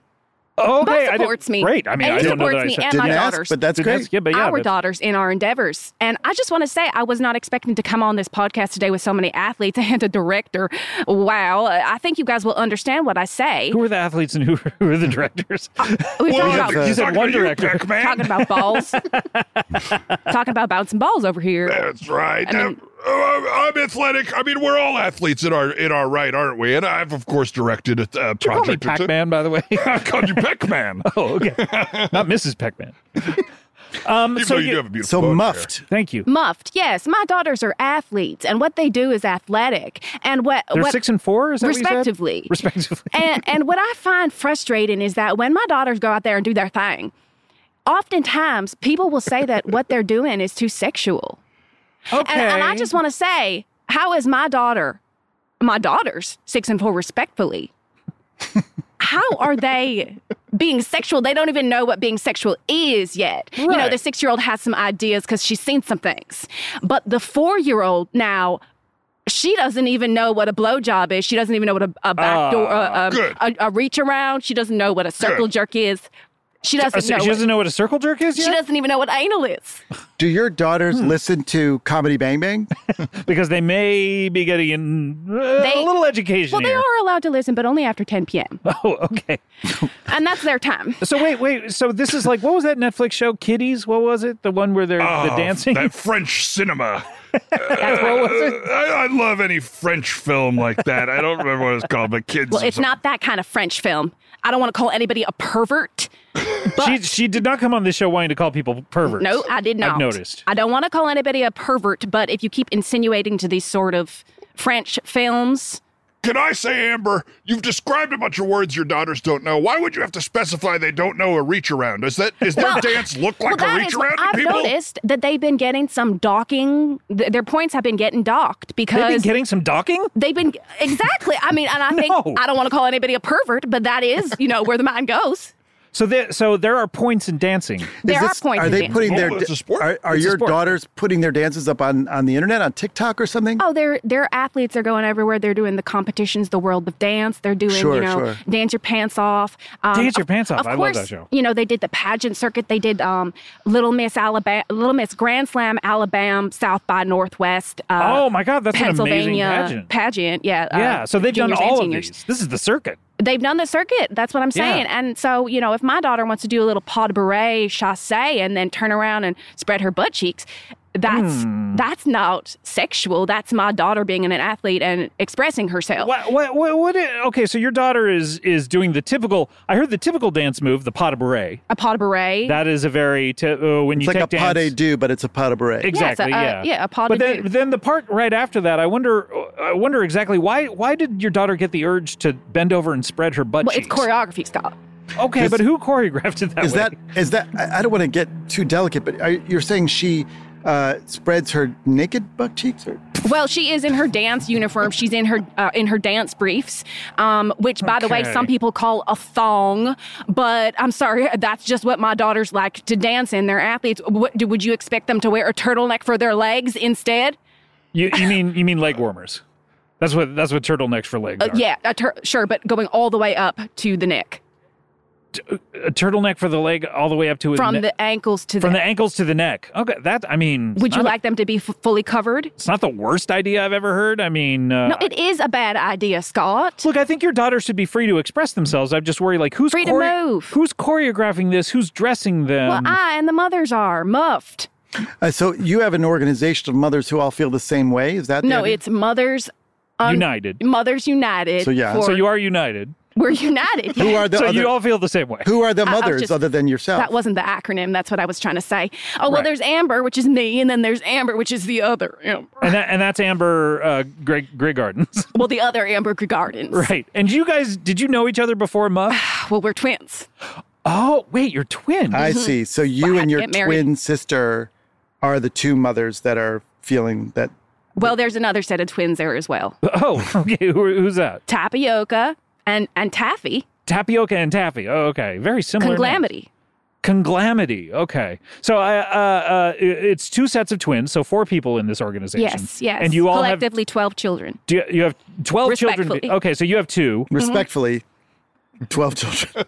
Oh, Bo okay, I did- supports me. Great. I mean, And I he don't know that supports I me said. and Didn't my ask, daughters. but that's Did great. ask- yeah, but yeah, our but- daughters in our endeavors. And I just want to say, I was not expecting to come on this podcast today with so many athletes (laughs) and a director. Wow. I think you guys will understand what I say. Who are the athletes and who, who are the (laughs) directors? We've Well, talked I about think uh, he's said talking one about you, director. Pac-Man. talking about balls, (laughs) talking about bouncing balls over here. That's right. I mean- Uh, I'm athletic. I mean, we're all athletes in our in our right, aren't we? And I've of course directed a Call uh, me project. or two. Pac-Man, by the way. I called you Pac-Man. (laughs) oh, okay. Not Mrs. Pac-Man. (laughs) Um, Even so though you you- do have a beautiful So boat there. muffed. thank you. Muffed, yes. My daughters are athletes, and what they do is athletic, and what They're what six and four, is that what you said? respectively. Respectively. (laughs) and and what I find frustrating is that when my daughters go out there and do their thing, oftentimes people will say that what they're doing is too sexual. okay. And, and I just want to say, how is my daughter, my daughters, six and four, respectfully, how are they being sexual? They don't even know what being sexual is yet. You know, Right. the six year old has some ideas because she's seen some things. But the four year old now, she doesn't even know what a blowjob is. She doesn't even know what a, a back door, Ah, a, good. a, a, a reach around. She doesn't know what a circle Good. jerk is. She doesn't Uh, so (laughs) know. she what- doesn't know what a circle jerk is she yet? doesn't even know what anal is. Do your daughters listen to Comedy Bang Bang? because they may be getting in, uh, a They- little education Well, they here. are allowed to listen, but only after 10 p.m. (laughs) Oh, okay. and that's their time. So wait, wait. So this is like, what was that Netflix show, Kitties? What was it? The one where they're the Oh, dancing? That French cinema. That's (laughs) what was it? (laughs) Uh, I, I love any French film like that. I don't remember what it's called, but kids. Well, or it's not that kind of French film. I don't want to call anybody a pervert. She, she did not come on this show wanting to call people perverts. No, I did not. I've noticed. I don't want to call anybody a pervert, but if you keep insinuating to these sort of French films, Can I say, Amber, you've described a bunch of words your daughters don't know. Why would you have to specify they don't know a reach around? Is that is their Well- dance look like well, a that reach is around what to I've people? noticed that they've been getting some docking. Th- their points have been getting docked They've been because getting some docking? they've been exactly. I mean, and I think No. I don't want to call anybody a pervert, but that is you know where the mind goes. So there, so there are points in dancing. There Is are this- points. Are in they dancing. putting their? Oh, it's a sport. Are, are It's a your sport. daughters putting their dances up on on the internet on TikTok or something? Oh, they're they're athletes. They're going everywhere. They're doing the competitions, the world of dance. They're doing Sure, you know sure. dance your pants off. Um, Dance Your of- Pants Off. Of I love course, that show. You know they did the pageant circuit. They did um, Little Miss Alabama, Little Miss Grand Slam Alabama, South by Northwest. Uh, oh my God, that's an amazing Pennsylvania pageant. Yeah. uh, yeah, so they've done juniors and all of seniors. these. This is the circuit. They've done the circuit. That's what I'm Yeah. saying. And so, you know, if my daughter wants to do a little pas de bourrée chasse and then turn around and spread her butt cheeks, that's Hmm. that's not sexual. That's my daughter being an athlete and expressing herself. What, what, what, what i- okay, so your daughter is is doing the typical. I heard the typical dance move, the pas de bourrée. A pas de bourrée. That is a very ty- uh, when it's you like a take pas de dance- deux, but it's a pas de beret. Exactly. Yes, uh, yeah. yeah, a pas But de then, deux. then the part right after that, I wonder. uh, I wonder exactly why. Why did your daughter get the urge to bend over and spread her butt well, it's cheeks? choreography style. Okay, but who choreographed it that Is way? that is that? I I don't want to get too delicate, but are, you're saying she uh, spreads her naked butt cheeks, or Well, she is in her dance uniform. She's in her uh, in her dance briefs, um, which, by the way, Okay. some people call a thong. But I'm sorry, (laughs) that's just what my daughters like to dance in. They're athletes. What do, would you expect them to wear a turtleneck for their legs instead? You, you mean you mean leg warmers? That's what that's what turtlenecks for legs Uh, are. yeah, a tur- sure, but going all the way up to the neck, A turtleneck for the leg all the way up to his from ne- the ankles to from the. the ankles to the neck. Okay, that I mean, would you not a- like them to be f- fully covered? it's not the worst idea I've ever heard. I mean, uh, No, it is a bad idea, Scott. look, I think your daughters should be free to express themselves. I just worry like who's Free to move. who's choreographing this, who's dressing them. well, I and the mothers are muffed. uh, so you have an organization of mothers who all feel the same way? Is that the No, idea? it's mothers. un- United. Mothers United. So, yeah. for- so you are united. we're united. who are the so other, you all feel the same way. who are the I- I was mothers just- other than yourself? That wasn't the acronym. That's what I was trying to say. Oh, well, Right. there's Amber, which is me, and then there's Amber, which is the other Amber. and, that, and that's Amber uh, Greg Grey Gardens, Well, the other Amber Gardens. (laughs) right? And you guys, did you know each other before Muff? (sighs) Well, we're twins. (sighs) Oh, wait, you're twins. I see. So you Mm-hmm. Well, and your get married. twin sister are the two mothers that are feeling that. Well, there's another set of twins there as well. (laughs) oh, okay. Who, who's that? Tapioca and and Taffy. Tapioca and Taffy. Oh, okay. Very similar. names. Conglamity. Conglamity. Okay. So I, uh, uh, i- it's two sets of twins, so four people in this organization. Yes, yes. And you all have collectively twelve children. do you, you have twelve children. Respectfully. Okay, so you have two. Respectfully, twelve children.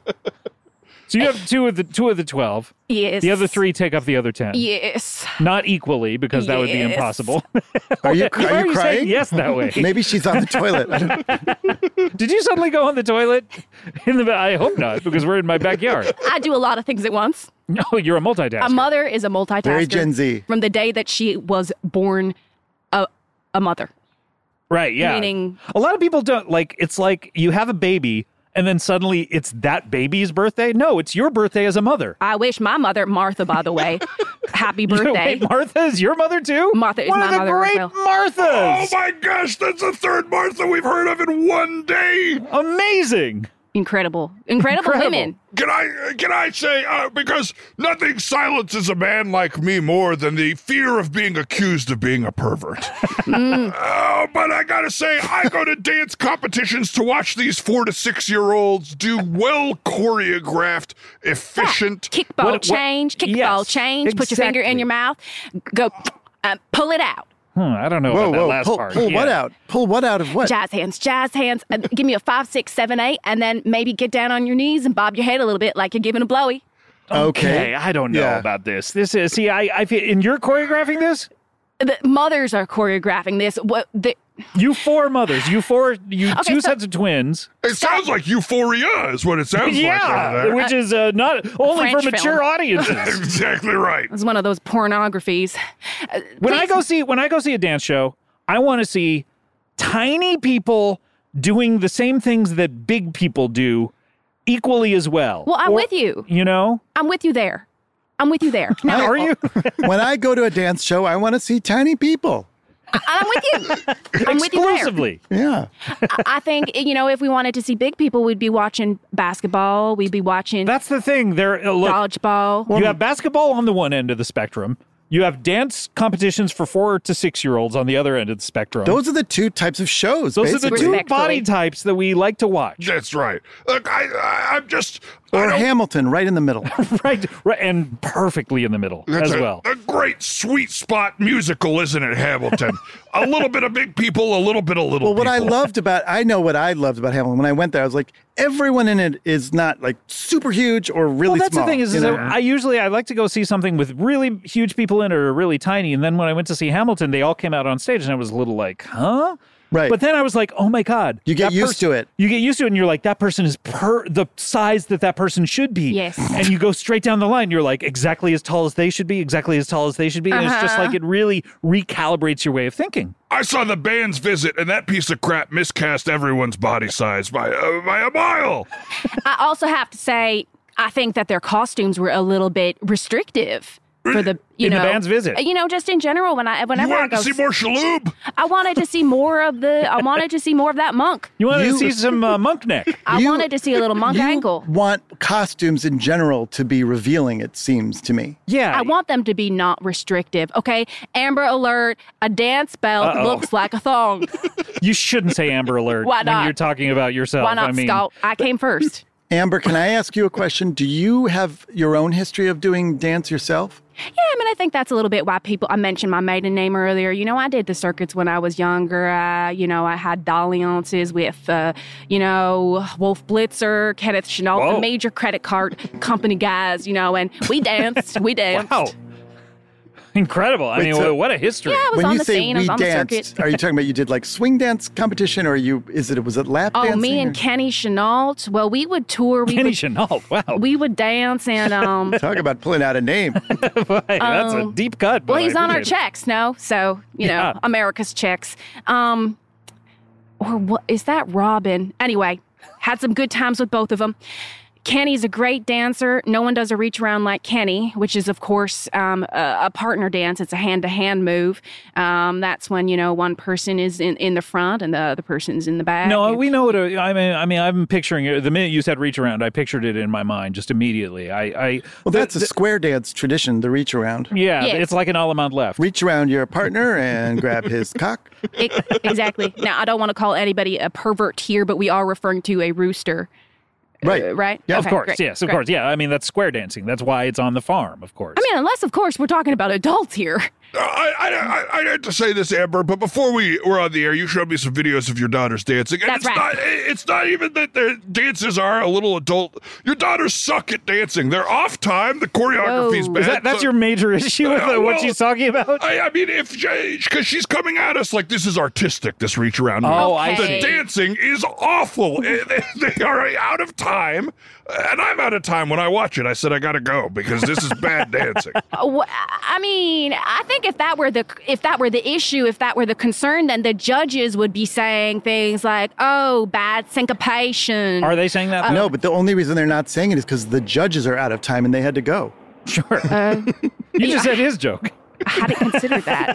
So you have two of the two of the twelve. Yes. The other three take up the other ten. Yes. Not equally, because that would be Yes. impossible. Are (laughs) you, Why (laughs) are saying you crying? yes that (laughs) way. Maybe she's on the (laughs) toilet. I don't- Did you suddenly go on the toilet? In the I hope not, because we're in my (laughs) backyard. I do a lot of things at once. No, you're a multitasker. A mother is a multitasker. Very Gen Z. From the day that she was born, a a mother. Right, yeah. Meaning- a lot of people don't like it's like you have a baby and then suddenly it's that baby's birthday. No, it's your birthday as a mother. I wish my mother, Martha, by the way, (laughs) (laughs) happy birthday. Wait, Martha is your mother too? Martha is One my of the mother as great well. Oh Marthas. my gosh, that's the third Martha we've heard of in one day. Amazing. Incredible. Incredible, Incredible. women. Can I can I say uh, because nothing silences a man like me more than the fear of being accused of being a pervert. Mm. (laughs) Oh, but I gotta say, I go to dance competitions to watch these four to six year olds do well choreographed, efficient. Kickball What- what- change, kickball Yes, change. Put your finger in exactly. your mouth, go uh, pull it out. Hmm, I don't know Whoa, about that whoa! last Pull, part. pull what Yeah. out? Pull what out of what? Jazz hands, jazz hands. Uh, give me a five, six, seven, eight, and then maybe get down on your knees and bob your head a little bit like you're giving a blowy. (laughs) Okay, I don't know Yeah. about this. This is see, I, I feel and you're choreographing this. The mothers are choreographing this. What the, You four mothers, you four, you Okay, two so- sets of twins. It sounds like euphoria is what it sounds (laughs) like. yeah, over there. which is uh, not only French for mature film. audiences. (laughs) Exactly right. it's one of those pornographies. Uh, when I please- go see when I go see a dance show, I want to see tiny people doing the same things that big people do equally as well. Well, I'm Or- with you. You know, I'm with you there. (laughs) I'm with you there. Now, are you? when I go to a dance show, I want to see tiny people. I'm with you. I'm with you there. exclusively. Yeah. I- I think you know if we wanted to see big people, we'd be watching basketball. We'd be watching That's the thing. There, uh, look, dodgeball. you have basketball on the one end of the spectrum. You have dance competitions for four to six year olds on the other end of the spectrum. Those are the two types of shows. Those are the basically. two Respectfully. body types that we like to (laughs) watch. That's right. Look, I, I I'm just I Or don't- Hamilton, right in the middle. (laughs) right, right, and perfectly in the middle That's as a, well. a great sweet spot musical, isn't it, Hamilton? a little bit of big people, a little bit of little. Well, what I people. loved about I know what I loved about Hamilton when I went there. I was like, everyone in it is not like super huge or really well, that's small, the thing is, you is know? that I usually I like to go see something with really huge people in it or really tiny, and then when I went to see Hamilton, they all came out on stage, and I was a little like, huh. Right. But then I was like, "Oh my god!" You get that used to it. You get used to it, and you're like, "That person is per the size that that person should be." Yes. And you go straight down the line. You're like, exactly as tall as they should be, exactly as tall as they should be. And it's just Uh-huh. like it really recalibrates your way of thinking. I saw the band's visit, and that piece of crap miscast everyone's body size by uh, by a mile. I also have to say, I think that their costumes were a little bit restrictive for the you In the know uh, band's visit. You know, just in general, when I You whenever I wanted go, to see more Shaloub? I wanted to see more of the. (laughs) I wanted to see more of that monk. You want to You- see some uh, monk neck? I You- wanted to see a little monk you angle. Want costumes in general to be revealing? It seems to me. Yeah. (laughs) I want them to be not restrictive, okay? Amber alert, a dance belt Uh-oh. looks like (laughs) a thong. You shouldn't say Amber Alert Why when not? you're talking about yourself. Why not, I mean, Scott? I came first. Amber, can I ask you a question? Do you have your own history of doing dance yourself? Yeah, I mean, I think that's a little bit why people. I mentioned my maiden name earlier. You know, I did the circuits when I was younger. I, you know, I had dalliances with, uh, you know, Wolf Blitzer, Kenneth Chenault, Whoa. the major credit card company guys. You know, and we danced. We danced. (laughs) Wow. Incredible. I Wait, mean, so- what a history. Yeah, I was when on you the say scene. I we was on the circuit. danced, are you talking about you did like swing dance competition, or you is it was it lap Oh, dancing? me and or- Kenny Chenault. Well, we would tour. We Kenny would, Chenault. Wow. we would dance and (laughs) um. Talk about pulling out a (laughs) name. Hey, that's a Um, deep cut. but Well, he's I on our appreciate checks, no? So, you know, Yeah. America's checks. Um, or what is that Robin? Anyway, had some good times with both of them. Kenny's a great dancer. No one does a reach around like Kenny, which is, of course, um, a, a partner dance. It's a hand to hand move. Um, that's when, you know, one person is in, in the front and the other person's in the it. back. No, And- we know what a, I mean. I mean, I'm picturing it. The minute you said reach around, I pictured it in my mind just immediately. I, I Well, that's a square dance tradition. The reach around, yeah, Yes. it's like an all amount left. reach around your partner and grab (laughs) his cock. Ex- (laughs) exactly. Now, I don't want to call anybody a pervert here, but we are referring to a rooster, Right. uh, right? Yeah, of Okay, course, great, yes, of great. course, yeah. I mean, that's square dancing. That's why it's on the farm, of course. I mean, unless, of course, we're talking about adults here. Uh, I, I, I, I had to say this, Amber, but before we were on the air, you showed me some videos of your daughters dancing. And it's That's right. Not, it- it's not even that their dances are a little adult. Your daughters suck at dancing. They're off time. The choreography's Whoa. bad. Is that that's So- your major issue (laughs) with Uh, uh, what well, she's talking about? (laughs) I, I mean, if because she's coming at us like this is artistic, this reach around. Oh, move. I see. The dancing is (laughs) awful. Eh, they they are out of time, and I'm out of time when I watch it. I said I gotta go because this is bad dancing. Wh- Uh, I mean, I think if that were the if that were the issue, if that were the concern, then the judges would be saying things like, "Oh, bad syncopation." Are they saying Uh, that? No, but the only reason they're not saying it is because the judges are out of time and they had to go. sure. Uh, (laughs) you just said his joke. I hadn't considered that.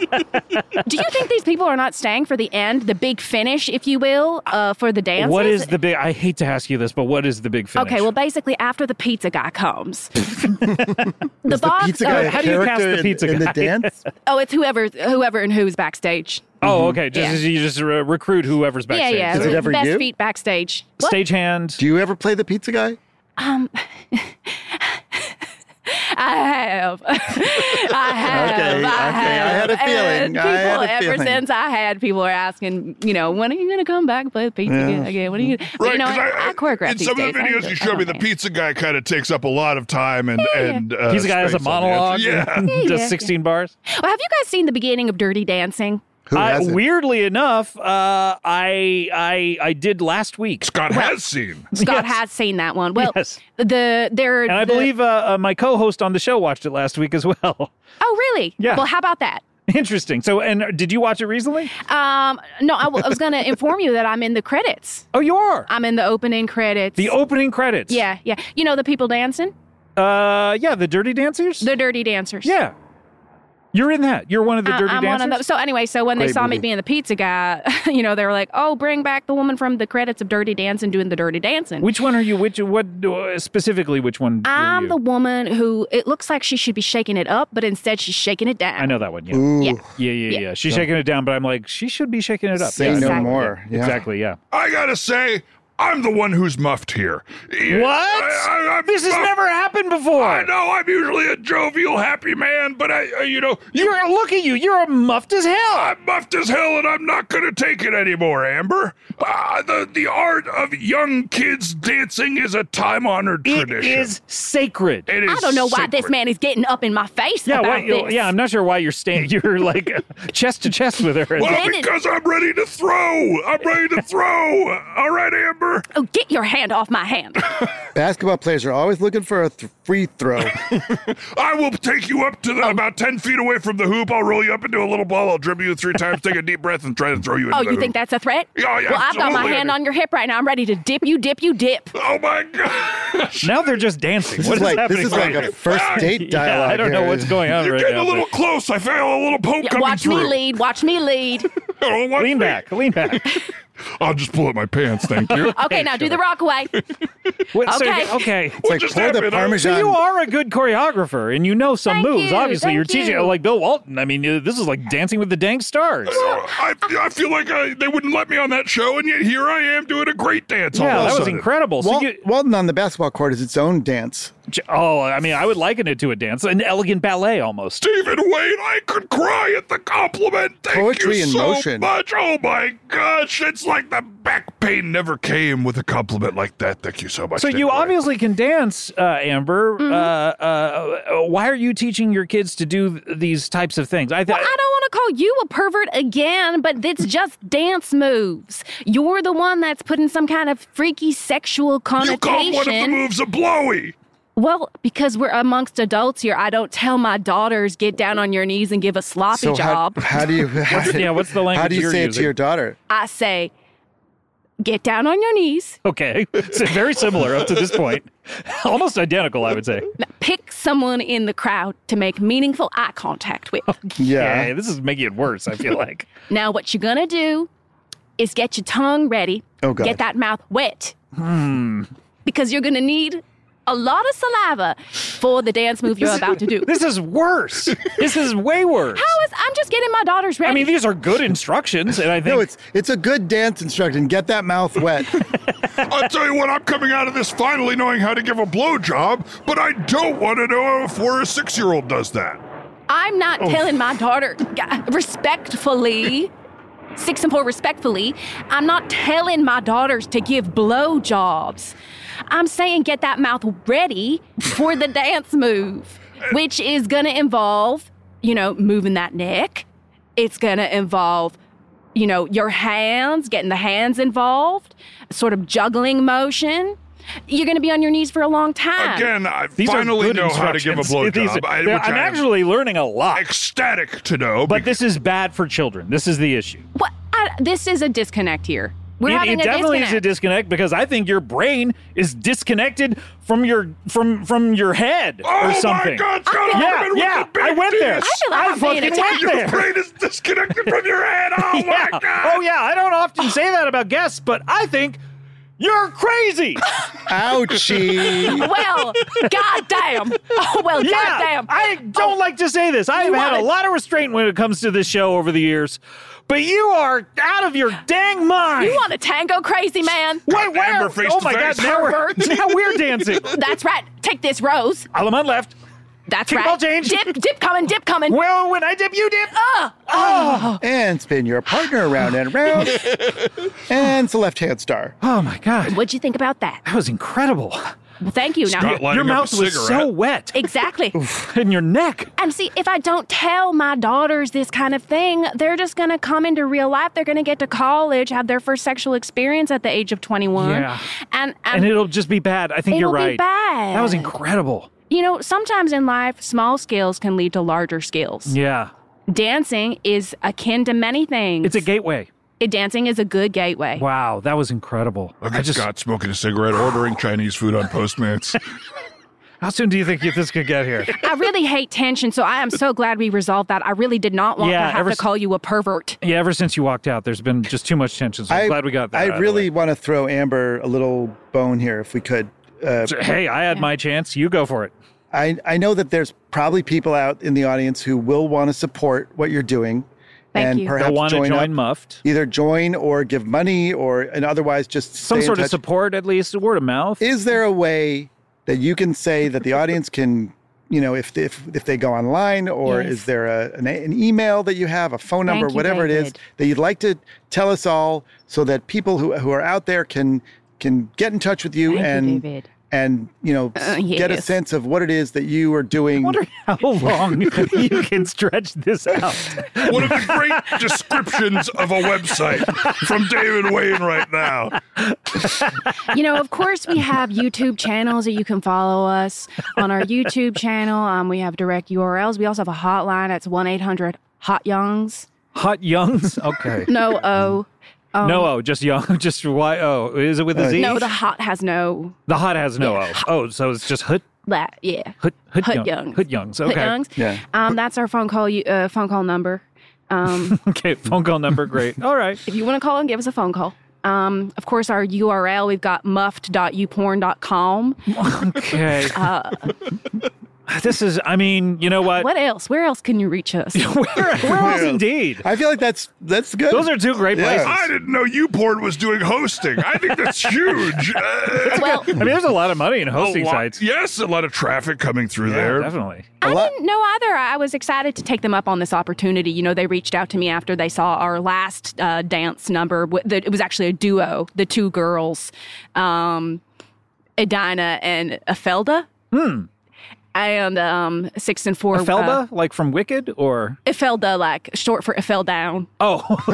Do you think these people are not staying for the end, the big finish, if you will, uh, for the dances? What is the big? I hate to ask you this, but what is the big finish? Okay, well, basically, after the pizza guy comes, the The box. pizza oh, guy, a how do you cast character the in- pizza in, guy? the (laughs) dance. oh, it's whoever, whoever, and who's backstage. oh, okay. Just Mm-hmm. Yeah. as you just uh, recruit whoever's backstage. Yeah, yeah. Is it ever Best you? feet backstage. What? Stagehand. Do you ever play the pizza guy? Um, I have. (laughs) I have. Okay, okay, I had a feeling, And uh, I People, had a ever feeling. since I had, people are asking, you know, when are you going to come back and play the pizza again? again? When are you? Gonna, but you know, 'cause what? I, choreograph in these some of days. the I videos do Oh, you it. showed I me, don't the mind. pizza guy kind of takes up a lot of time and and uh, He's a guy who has a space on the monologue. answer. Yeah. and (laughs) (laughs) Yeah, yeah, Does 16 bars. Well, have you guys seen the beginning of Dirty Dancing? Who I- hasn't? weirdly enough, uh, I I I did last week, Scott has seen. Scott Yes. has seen that one. Well, Yes. the there and I the- believe uh, uh, my co-host on the show watched it last week as well. (laughs) Oh, really? Yeah. Well, how about that? Interesting. So, and uh, did you watch it recently? Um, no, I, w- I was going to inform you that I'm in the credits. Oh, you are. I'm in the opening credits. the opening credits. Yeah, yeah. You know the people dancing? Uh, yeah. The Dirty Dancers. The dirty dancers. yeah. You're in that. You're one of the I- dirty Uh, I'm dancers. one of those. So anyway, so when they Great saw movie. me being the pizza guy, (laughs) you know, they were like, "Oh, bring back the woman from the credits of Dirty Dancing doing the Dirty Dancing." Which one are you? Which what uh, specifically? Which one? were I'm you? the woman who it looks like she should be shaking it up, but instead she's shaking it down. I know that one. Yeah. Ooh, Yeah. yeah, yeah, Yeah. yeah. She's shaking it down, but I'm like, she should be shaking it up. say Yeah, I know. no Exactly. more. Yeah. Exactly. Yeah. I gotta say, I'm the one who's muffed here. What? this has never happened before. I know I'm usually a jovial, happy man, but I, uh, you know, you, You're look at you. You're muffed as hell. I'm muffed as hell, and I'm not gonna take it anymore, Amber. Uh, the the art of young kids dancing is a time honored It tradition. is sacred. It is I don't know why this sacred. man is getting up in my face yeah. about Why, this. yeah. I'm not sure why you're staying. (laughs) You're like chest to chest with her. Well, Lennon- because I'm ready to throw. I'm ready to throw. All right, Amber. Oh, get your hand off (laughs) my hand. Basketball players are always looking for a th- free throw. (laughs) I will take you up Oh. to the, about 10 feet away from the hoop. I'll roll you up into a little ball. I'll dribble you three times, take a deep breath, and try to throw you into Oh, the you think hoop. that's a threat? Yeah, yeah, well, I've got my absolutely. hand on your hip right now. I'm ready to dip you, dip you, dip. Oh, my (laughs) gosh. now they're just dancing. This What is is like happening? this is like right a here? first date dialogue. (laughs) Yeah, I don't know here. what's going on You're right getting now. a little close. I feel a little poke Yeah, coming watch through. me lead. Watch (laughs) me lead. (laughs) Oh, watch but- Lean me. back. Lean back. I'll just pull up my pants, thank (laughs) you. Okay, now do the Rockaway. Wait, so- Okay. okay. It's What like just pour the happened? So I- parmesan. you are a good choreographer, and you know some Thank moves. you, Obviously, you're thank teaching you. like Bill Walton. I mean, uh, this is like Dancing with the Dang Stars. I, I feel like I, they wouldn't let me on that show, and yet here I am doing a great dance. all Yeah, of a that was sudden. incredible. So Wal- you, Walton on the basketball court is its own dance. j- oh, I mean, I would liken it to a dance, an elegant ballet almost. Stephen Wayne, I could cry at the compliment. Thank Poetry you in so motion. much. Oh my gosh, it's like the back pain never came with a compliment like that. Thank you so much. So Stephen you Wayne. obviously can dance, uh, Amber. Mm-hmm. Uh, uh, uh, why are you teaching your kids to do th- these types of things? I, th- I don't want to call you a pervert again, but it's just dance moves. You're the one that's putting some kind of freaky sexual you call connotation. one of the moves a blowy. well, because we're amongst adults here, I don't tell my daughters get down on your knees and give a sloppy So how, job. how do you? How, yeah, (laughs) what's the how language do you you're say it using? to your daughter? I say, get down on your knees, Okay, (laughs) so very similar up to this point, almost identical, I would say. pick someone in the crowd to make meaningful eye contact with. Yeah. Yeah, this is making it worse. I feel like. now, what you're gonna do is get your tongue ready. Oh, God. Get that mouth wet. Because you're gonna need a lot of saliva for the dance move you're (laughs) about to do. This is worse. This is way worse. I was- I'm just getting my daughters ready. I mean, these are good instructions, and I think No, it's it's a good dance instruction. Get that mouth (laughs) wet. I'll tell you what, I'm coming out of this finally knowing how to give a blowjob, but I don't want to know if where a six year old does that. I'm not Oh. telling my daughter God, respectfully. Six and four respectfully, I'm not telling my daughters to give blowjobs. I'm saying get that mouth ready for the dance move, which is gonna involve, you know, moving that neck. It's gonna involve, you know, your hands, getting the hands involved, sort of juggling motion. You're gonna be on your knees for a long Ah. time. Again, I these are finally good know how to give a instructions. These- blowjob. I- they're- which I'm I am actually learning a lot, ecstatic to know. but But this is bad for children. This is the issue. What? I, this is a disconnect here. We're it having it a definitely disconnect. is a disconnect because I think your brain is disconnected from your from from your head oh or something. my God, Scott I feel- Yeah, Hartman with yeah, the big I went there. penis. feel like I I'm being fucking went attacked. Your (laughs) there. brain is disconnected from (laughs) your head. Oh yeah. my God. Oh yeah, I don't often say that about guests, but I think you're crazy. Ouchie. well, goddamn. Oh (laughs) well, Yeah, goddamn. I don't like to say this. I've You had a wanted- lot of restraint when Oh. it comes to this show over the years, but you are out of your dang mind. You want a tango, crazy man? Wait, where? Amber, face oh to my face. God! Now we're, (laughs) now we're dancing. That's right. Take this rose. Alaman left. That's Keep right. all change. Dip, dip coming, dip coming. Well, when I dip, you dip. and spin your partner around and (laughs) around. and it's a left hand star. Oh my God! What'd you think about that? That was incredible. Well, thank you. Now, Scotland. Lighting your up a mouth was so cigarette. wet exactly. in your neck. And see, if I don't tell my daughters this kind of thing, they're just going to come into real life. They're going to get to college, have their first sexual experience at the age of 21. Yeah. And, And and, it'll just be bad. I think It'll you're be right. bad. That was incredible. you know, sometimes in life, small scales can lead to larger scales. Yeah. Dancing is akin to many things. It's a gateway. It- dancing is a good gateway. Wow, that was incredible. (laughs) Look at Scott smoking a cigarette, ordering Chinese food on Postmates. How soon do you think this could get here? I really hate tension, so I am so glad we resolved that. I really did not want Yeah, to have ever to s- call you a pervert. yeah, ever since you walked out, there's been just too much tension. So I'm glad we got that. out I of the really way. want to throw Amber a little bone here, if we could. Uh, So, hey, I had my chance. You go for it. I, I know that there's probably people out in the audience who will want to support what you're doing Thank and you. They'll They'll perhaps want to join, join up, Muffed. either join or give money or and otherwise just Some stay in sort of touch. support, at least word of mouth. (laughs) Is there a way that you can say that the audience can, you know, if if if they go online or Yes. is there a, an, e, an email that you have, a phone number, Thank you, whatever it is David. that you'd like to tell us all so that people who who are out there can can get in touch with you Thank you, and David. and you know Uh, get a yes. sense of what it is that you are doing. (laughs) How long (laughs) you can stretch this out? One of the great descriptions of a website from David Wayne right now. You know, of course, we have YouTube channels that you can follow us on our YouTube channel. Um, we have direct URLs. We also have a hotline. That's 1 800 Hot Youngs. Hot Youngs. Okay. No O. Um, no O, just Young, (laughs) just Y O. Is it with a Z? No, the hot has no The hot has no O. Oh, so it's just Hut that. Yeah. Hut Hut, Hut young. Youngs. Hut Youngs. Hot Okay. Youngs. Yeah. Um, that's our phone call you- uh, phone call number. Um, (laughs) Okay. Phone call number. Great. All right. if you want to call and give us a phone call. Um, of course, our URL, we've got muffed.uporn.com. Okay. (laughs) this is. I mean, you know what? Uh. What else? Where else can you reach us? (laughs) Where, where else indeed? I feel like that's that's good. Those are two great Yeah. places. I didn't know YouPorn was doing hosting. I think that's (laughs) huge. Uh, well, I mean, there's a lot of money in a hosting lot- sites. Yes, a lot of traffic coming through there. definitely. a lot. No, either. I was excited to take them up on this opportunity. You know, they reached out to me after they saw our last uh, dance number. Wh- the- It was actually a duo, the two girls, um, Edina and Afelda. Hmm. And um, six and four. uh, Felba, like from Wicked, or Afelda, like short for Afel Down. oh, (laughs)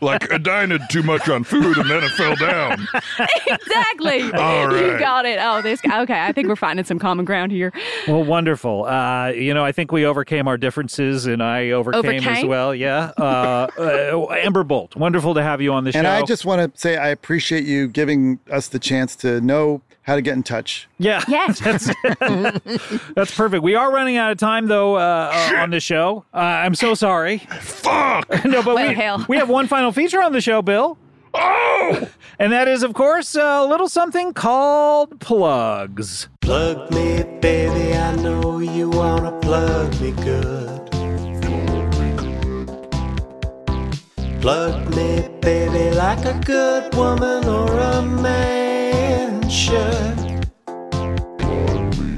Like I dined too much on food and then it fell down. (laughs) exactly. All You right. got it. Oh, this guy. Okay, I think we're finding some common ground here. well, wonderful. Uh, you know, I think we overcame our differences, and I overcame, as Overcame? well. Yeah, uh, uh, Amber Bolt, wonderful to have you on the And show. I just want to say I appreciate you giving us the chance to know how to get in touch. yeah, (laughs) Yes. that's (laughs) that's perfect. We are running out of time though uh, uh, on the show. Uh, I'm so sorry. (laughs) Fuck! No, but Well, we, hell. we have one final feature on the show, Bill. Oh! And that is, of course, a little something called plugs. Plug me, baby, I know you wanna plug me good. Plug me, baby, like a good woman or a man should.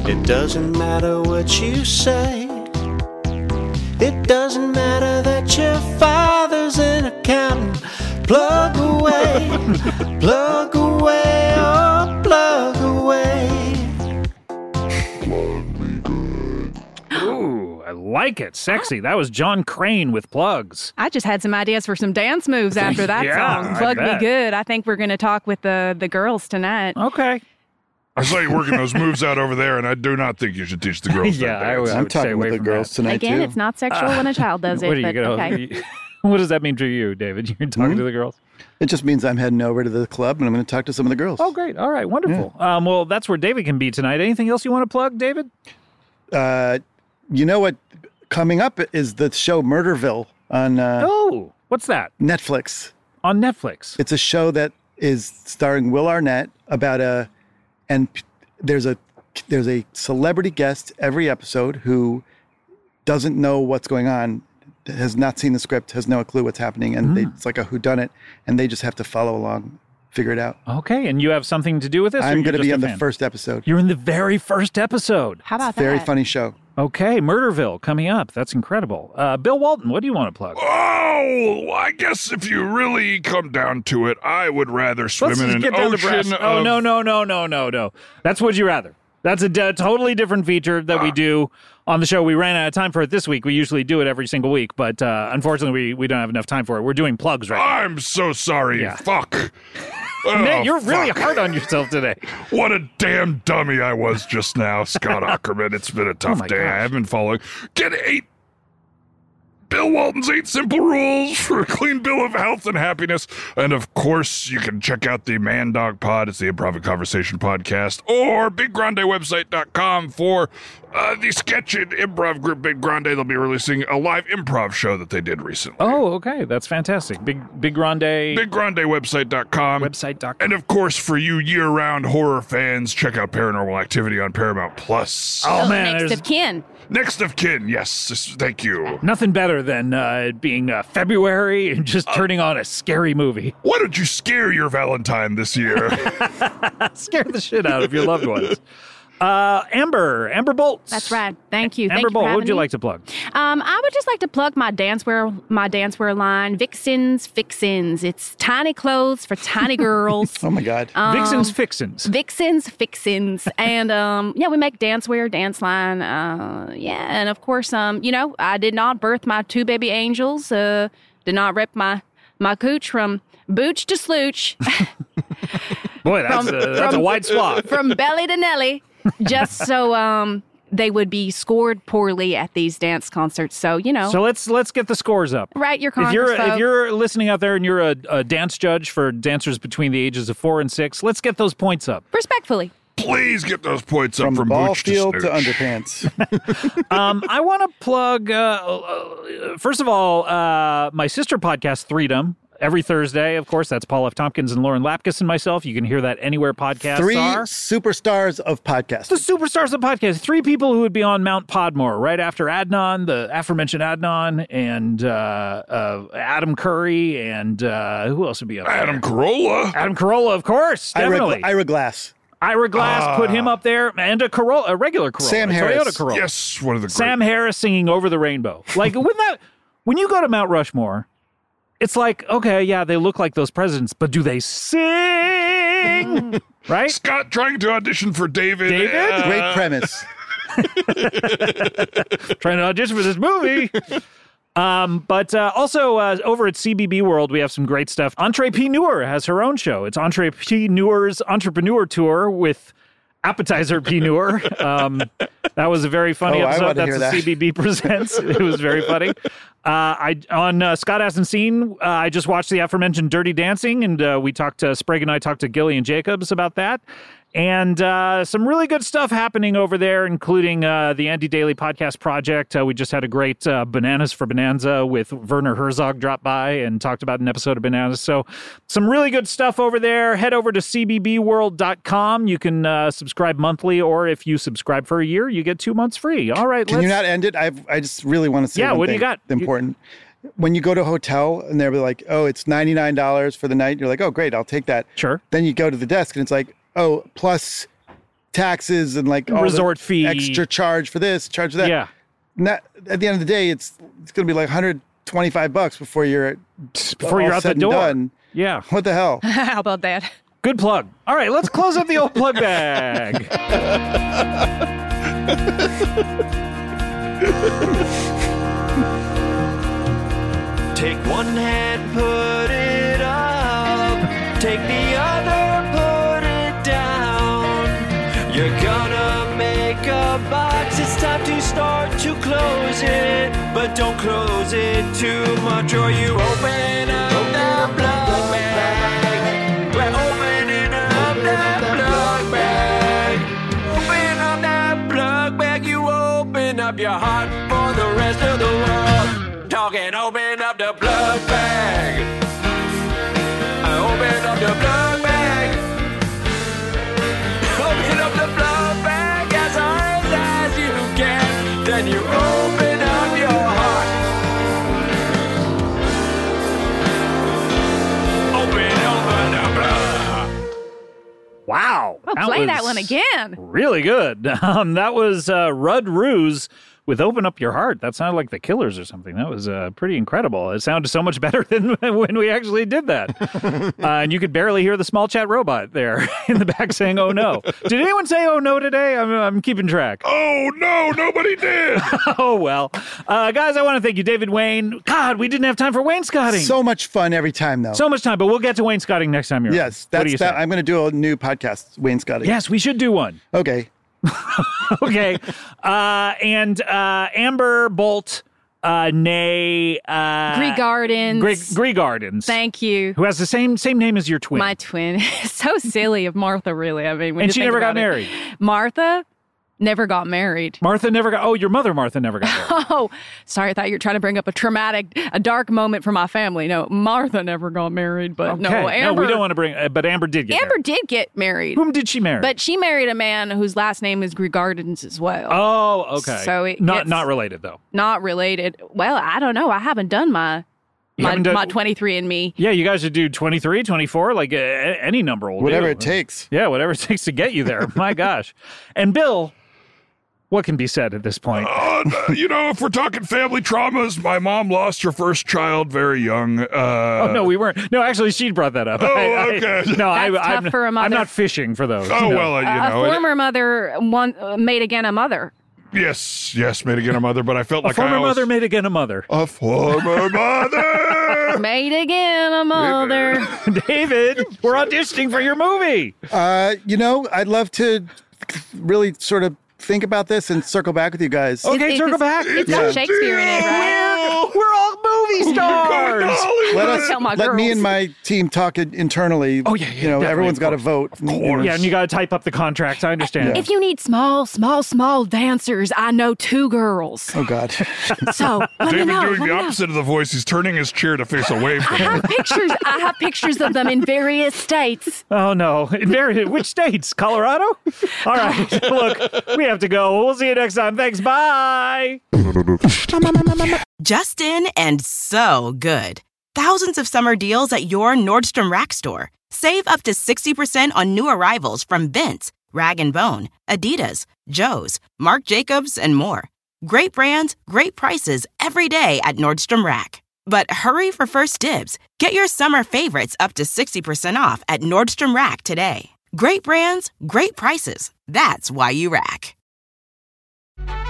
It doesn't matter what you say. It doesn't matter that your father's an accountant. Plug away, plug away, oh, plug away. Ooh, I like it. Sexy. That was John Crane with plugs. I just had some ideas for some dance moves after (laughs) that Yeah, song. I Plug me bet. good. I think we're going to talk with the the girls tonight. Okay. I saw you working those moves out over there, and I do not think you should teach the (laughs) girls Oh, Yeah, that I dance. would. I'm stay talking away with the from girls that. tonight Again, too. it's not sexual when a (laughs) child does it. What are you but gonna? okay. What does that mean to you, David? You're Hmm? talking to the girls. It just means I'm heading over to the club and I'm going to talk to some of the girls. Oh, great! All right, wonderful. Um, well, that's where David can be tonight. Anything else you want to plug, David? Uh, you know what? Coming up is the show Murderville on uh, Oh, what's that Netflix. on Netflix? It's a show that is starring Will Arnett about a, and p- there's a there's a celebrity guest every episode who doesn't know what's going on, has not seen the script, has no clue what's happening, and they, Mm-hmm. it's like a whodunit, and they just have to follow along, figure it out. Okay, and you have something to do with this? or I'm you're going to just be a on the fan? first episode. You're in the very first episode. How about Very that? funny show. Okay, Murderville coming up. That's incredible. Uh, Bill Walton, what do you want to plug? Oh, I guess if you really come down to it, I would rather swim Let's in just an get down to brass. ocean Oh of no no no no no no! That's would you rather. That's a d- totally different feature that Ah. we do on the show. We ran out of time for it this week. We usually do it every single week, but uh, unfortunately, we, we don't have enough time for it. We're doing plugs right I'm so sorry. Yeah. Fuck. now. Oh, Nate, you're really fuck. hard on yourself today. What a damn dummy I (laughs) was just now, Scott Ackerman. It's been a tough Oh my day. gosh. I have been following. Get eight Bill Walton's Eight Simple Rules (laughs) for a Clean Bill of Health and Happiness. And of course, you can check out the Man Dog Pod. It's the improv and conversation podcast or biggrandewebsite.com for uh, the sketch and improv group Big Grande. They'll be releasing a live improv show that they did recently. Oh, okay. That's fantastic. Big Big Grande BigGrandeWebsite.com. website doc. And of course, for you year round horror fans, check out Paranormal Activity on Paramount Plus. Oh man, next there's of kin. Next of kin, yes. Thank you. nothing better than uh, it being uh, February and just Uh, turning on a scary movie. Why don't you scare your Valentine (laughs) this year? Scare the shit out of your loved ones. Uh, Amber, Amber Bolts. That's right. Thank you. Thank Amber you for Bolt, what would having you me. like to plug? Um, I would just like to plug my dancewear, my dancewear line, Vixens Fixins. It's tiny clothes (laughs) for tiny girls. Oh my God. Um, Vixens Fixins. (laughs) Vixens Fixins, and um, yeah, we make dancewear, dance line, uh, yeah, and of course, um, you know, I did not birth my two baby angels. Uh, did not rip my my cooch from booch to slooch, Boy, (laughs) that's, from- a, that's a from- (laughs) wide swath. from belly to nelly, just so um they would be scored poorly at these dance concerts. So you know, So let's let's get the scores up. write your If concerts. you're if you're listening out there and you're a, a dance judge for dancers between the ages of four and six, let's get those points up. respectfully. Please get those points up From, from ball boots field to, to, snooch. underpants. (laughs) um, I want to plug, uh, uh, first of all, uh, my sister podcast, Freedom. Every Thursday, of course, that's Paul F. Tompkins and Lauren Lapkus and myself. You can hear that anywhere podcasts Three are. superstars of The podcasts. superstars of podcast, three people who would be on Mount Podmore right after Adnan, the aforementioned Adnan, and uh, uh, Adam Curry, and uh, who else would be on? there? Adam Carolla. Adam Carolla, of course, Ira, definitely. Ira, Ira Glass. Glass put him up there, and a Corolla, a regular Corolla, Sam a Harris. Toyota Corolla. Yes, one of the great. Sam Harris singing "Over the Rainbow." Like when that, when you go to Mount Rushmore, it's like, okay, yeah, they look like those presidents, but do they sing? right? Scott trying to audition for David. David? Uh, Great premise. Trying to audition for this movie. Um, but uh, also uh, over at CBB World, we have some great stuff. Entrepreneur has her own show. It's Entrepreneur's Entrepreneur Tour with Appetizer Preneur. Um, that was a very funny Oh, I episode. wanna That's hear a that. CBB (laughs) presents. it was very funny. Uh, I on uh, Scott hasn't seen. Uh, I just watched the aforementioned Dirty Dancing, and uh, we talked to Sprague and I talked to Gillian Jacobs about that. And uh, some really good stuff happening over there, including uh, the Andy Daily Podcast Project. Uh, we just had a great uh, Bananas for Bonanza with Werner Herzog drop by and talked about an episode of Bananas. So, some really good stuff over there. Head over to cbbworld.com. You can uh, subscribe monthly, or if you subscribe for a year, you get two months free. All right. Can let's, you not end it? I I just really want to say Yeah, one what do you thing got? You- Important. When you go to a hotel and they're like, oh, it's ninety nine dollars for the night. You're like, oh, great, I'll take that. Sure. Then you go to the desk and it's like, oh, plus taxes and like all the Resort fee. extra charge for this, charge for that. Yeah. And that- at the end of the day, it's it's gonna be like hundred twenty five bucks before you're Before all you're out said the and door. done. Yeah. What the hell? (laughs) How about that? Good plug. All right. Let's close up the old plug bag. Take one hand, put it up. Take the other, put it down. You're gonna make a box. It's time to start to close it. But don't close it too much, or you open up the plug bag. We're opening up that plug bag. Open up that plug bag. You open up your heart for the rest of the world. Talking, open up the plug bag. I open up the plug bag. (laughs) Open up the plug bag as hard as you can. Then you open up your heart. Open up the plug. (laughs) Wow. Well, play that was one again. Really good. (laughs) Um, that was uh, Rudd Ruse with Open Up Your Heart. That sounded like the killers or something. That was uh, pretty incredible. It sounded so much (laughs) better than when we actually did (laughs) that. uh, and you could barely hear the small chat robot there (laughs) in the back saying, oh no. Did anyone say oh no today? I'm, I'm keeping track. (laughs) Oh no, (laughs) nobody did. Oh, well. Uh, guys, I want to thank you, David Wayne. God, we didn't have time for wainscoting. So much fun every time though. so much time, but we'll get to wainscoting next time you're on. yes, What do that's you that. say? I'm gonna do a new podcast, Wayne Scotty. Yes, we should do (laughs) one. Okay. okay. Uh, and uh, Amber Bolt, uh, Nay uh, Gree Gardens. Greg, Greg Gardens, Thank you. who has the same same name as your twin. My twin. (laughs) so silly of Martha, really. I mean, when And you she think never got about it. married. Martha never got married. (laughs) Martha never got. Oh, your mother, Martha, never got. married. Oh, sorry. I thought you were trying to bring up a traumatic, a dark moment for my family. No, Martha never got married, but no, Okay. Amber. we don't want to bring. Uh, but Amber did get. Amber married. did get married, Whom did she marry? but she married a man whose last name is Gree Gardens as well. oh, okay. So it not gets- not related though. Not related. Well, I don't know. I haven't done my You my, haven't done- my 23 and me. Yeah, you guys should do 23, 24, like uh, any number will do. Whatever it takes. Yeah, whatever (laughs) it takes to get you there. My gosh. And Bill, what can be said at this point? Uh, you know, if we're talking family traumas, my mom lost her first child very young. Uh, oh, no, we weren't. No, actually, she brought that up. Oh, okay. no, I, That's tough I'm, for a I'm mother. not fishing for those. Oh, no. well, uh, you a know. it- former mother one, uh, made again a mother. (laughs) yes, yes, made again a mother, but I felt A like former I always, mother made again a (laughs) mother. (laughs) A former mother. Made again a mother. David, we're auditioning for your movie. Uh, you know, I'd love to really sort of think about this and circle back with you guys. Okay, It's- circle back. It's got Yeah. Shakespeare in it, right? We're, we're all movie Going to stars. Hollywood. Let us Tell my let me girls. and my team talk it internally. Oh, yeah, yeah, You know, definitely, everyone's of got to course. vote. Of course. Yeah, and you got to type up the contracts. I understand. If you need small, small, small dancers, I know two girls. Oh God! So let David me know. doing let the me know. opposite of the voice. He's turning his chair to face away I from (laughs) her. have pictures. I have pictures of them in various states. Oh no! (laughs) In very- which states? Colorado? All right. (laughs) Look, we have to go. We'll see you next time. Thanks. Bye. Justin and so good. Thousands of summer deals at your Nordstrom Rack store. Save up to 60% on new arrivals from Vince, Rag & Bone, Adidas, Joe's, Marc Jacobs, and more. Great brands, great prices every day at Nordstrom Rack. But hurry for first dibs. Get your summer favorites up to 60% off at Nordstrom Rack today. Great brands, great prices. That's why you rack.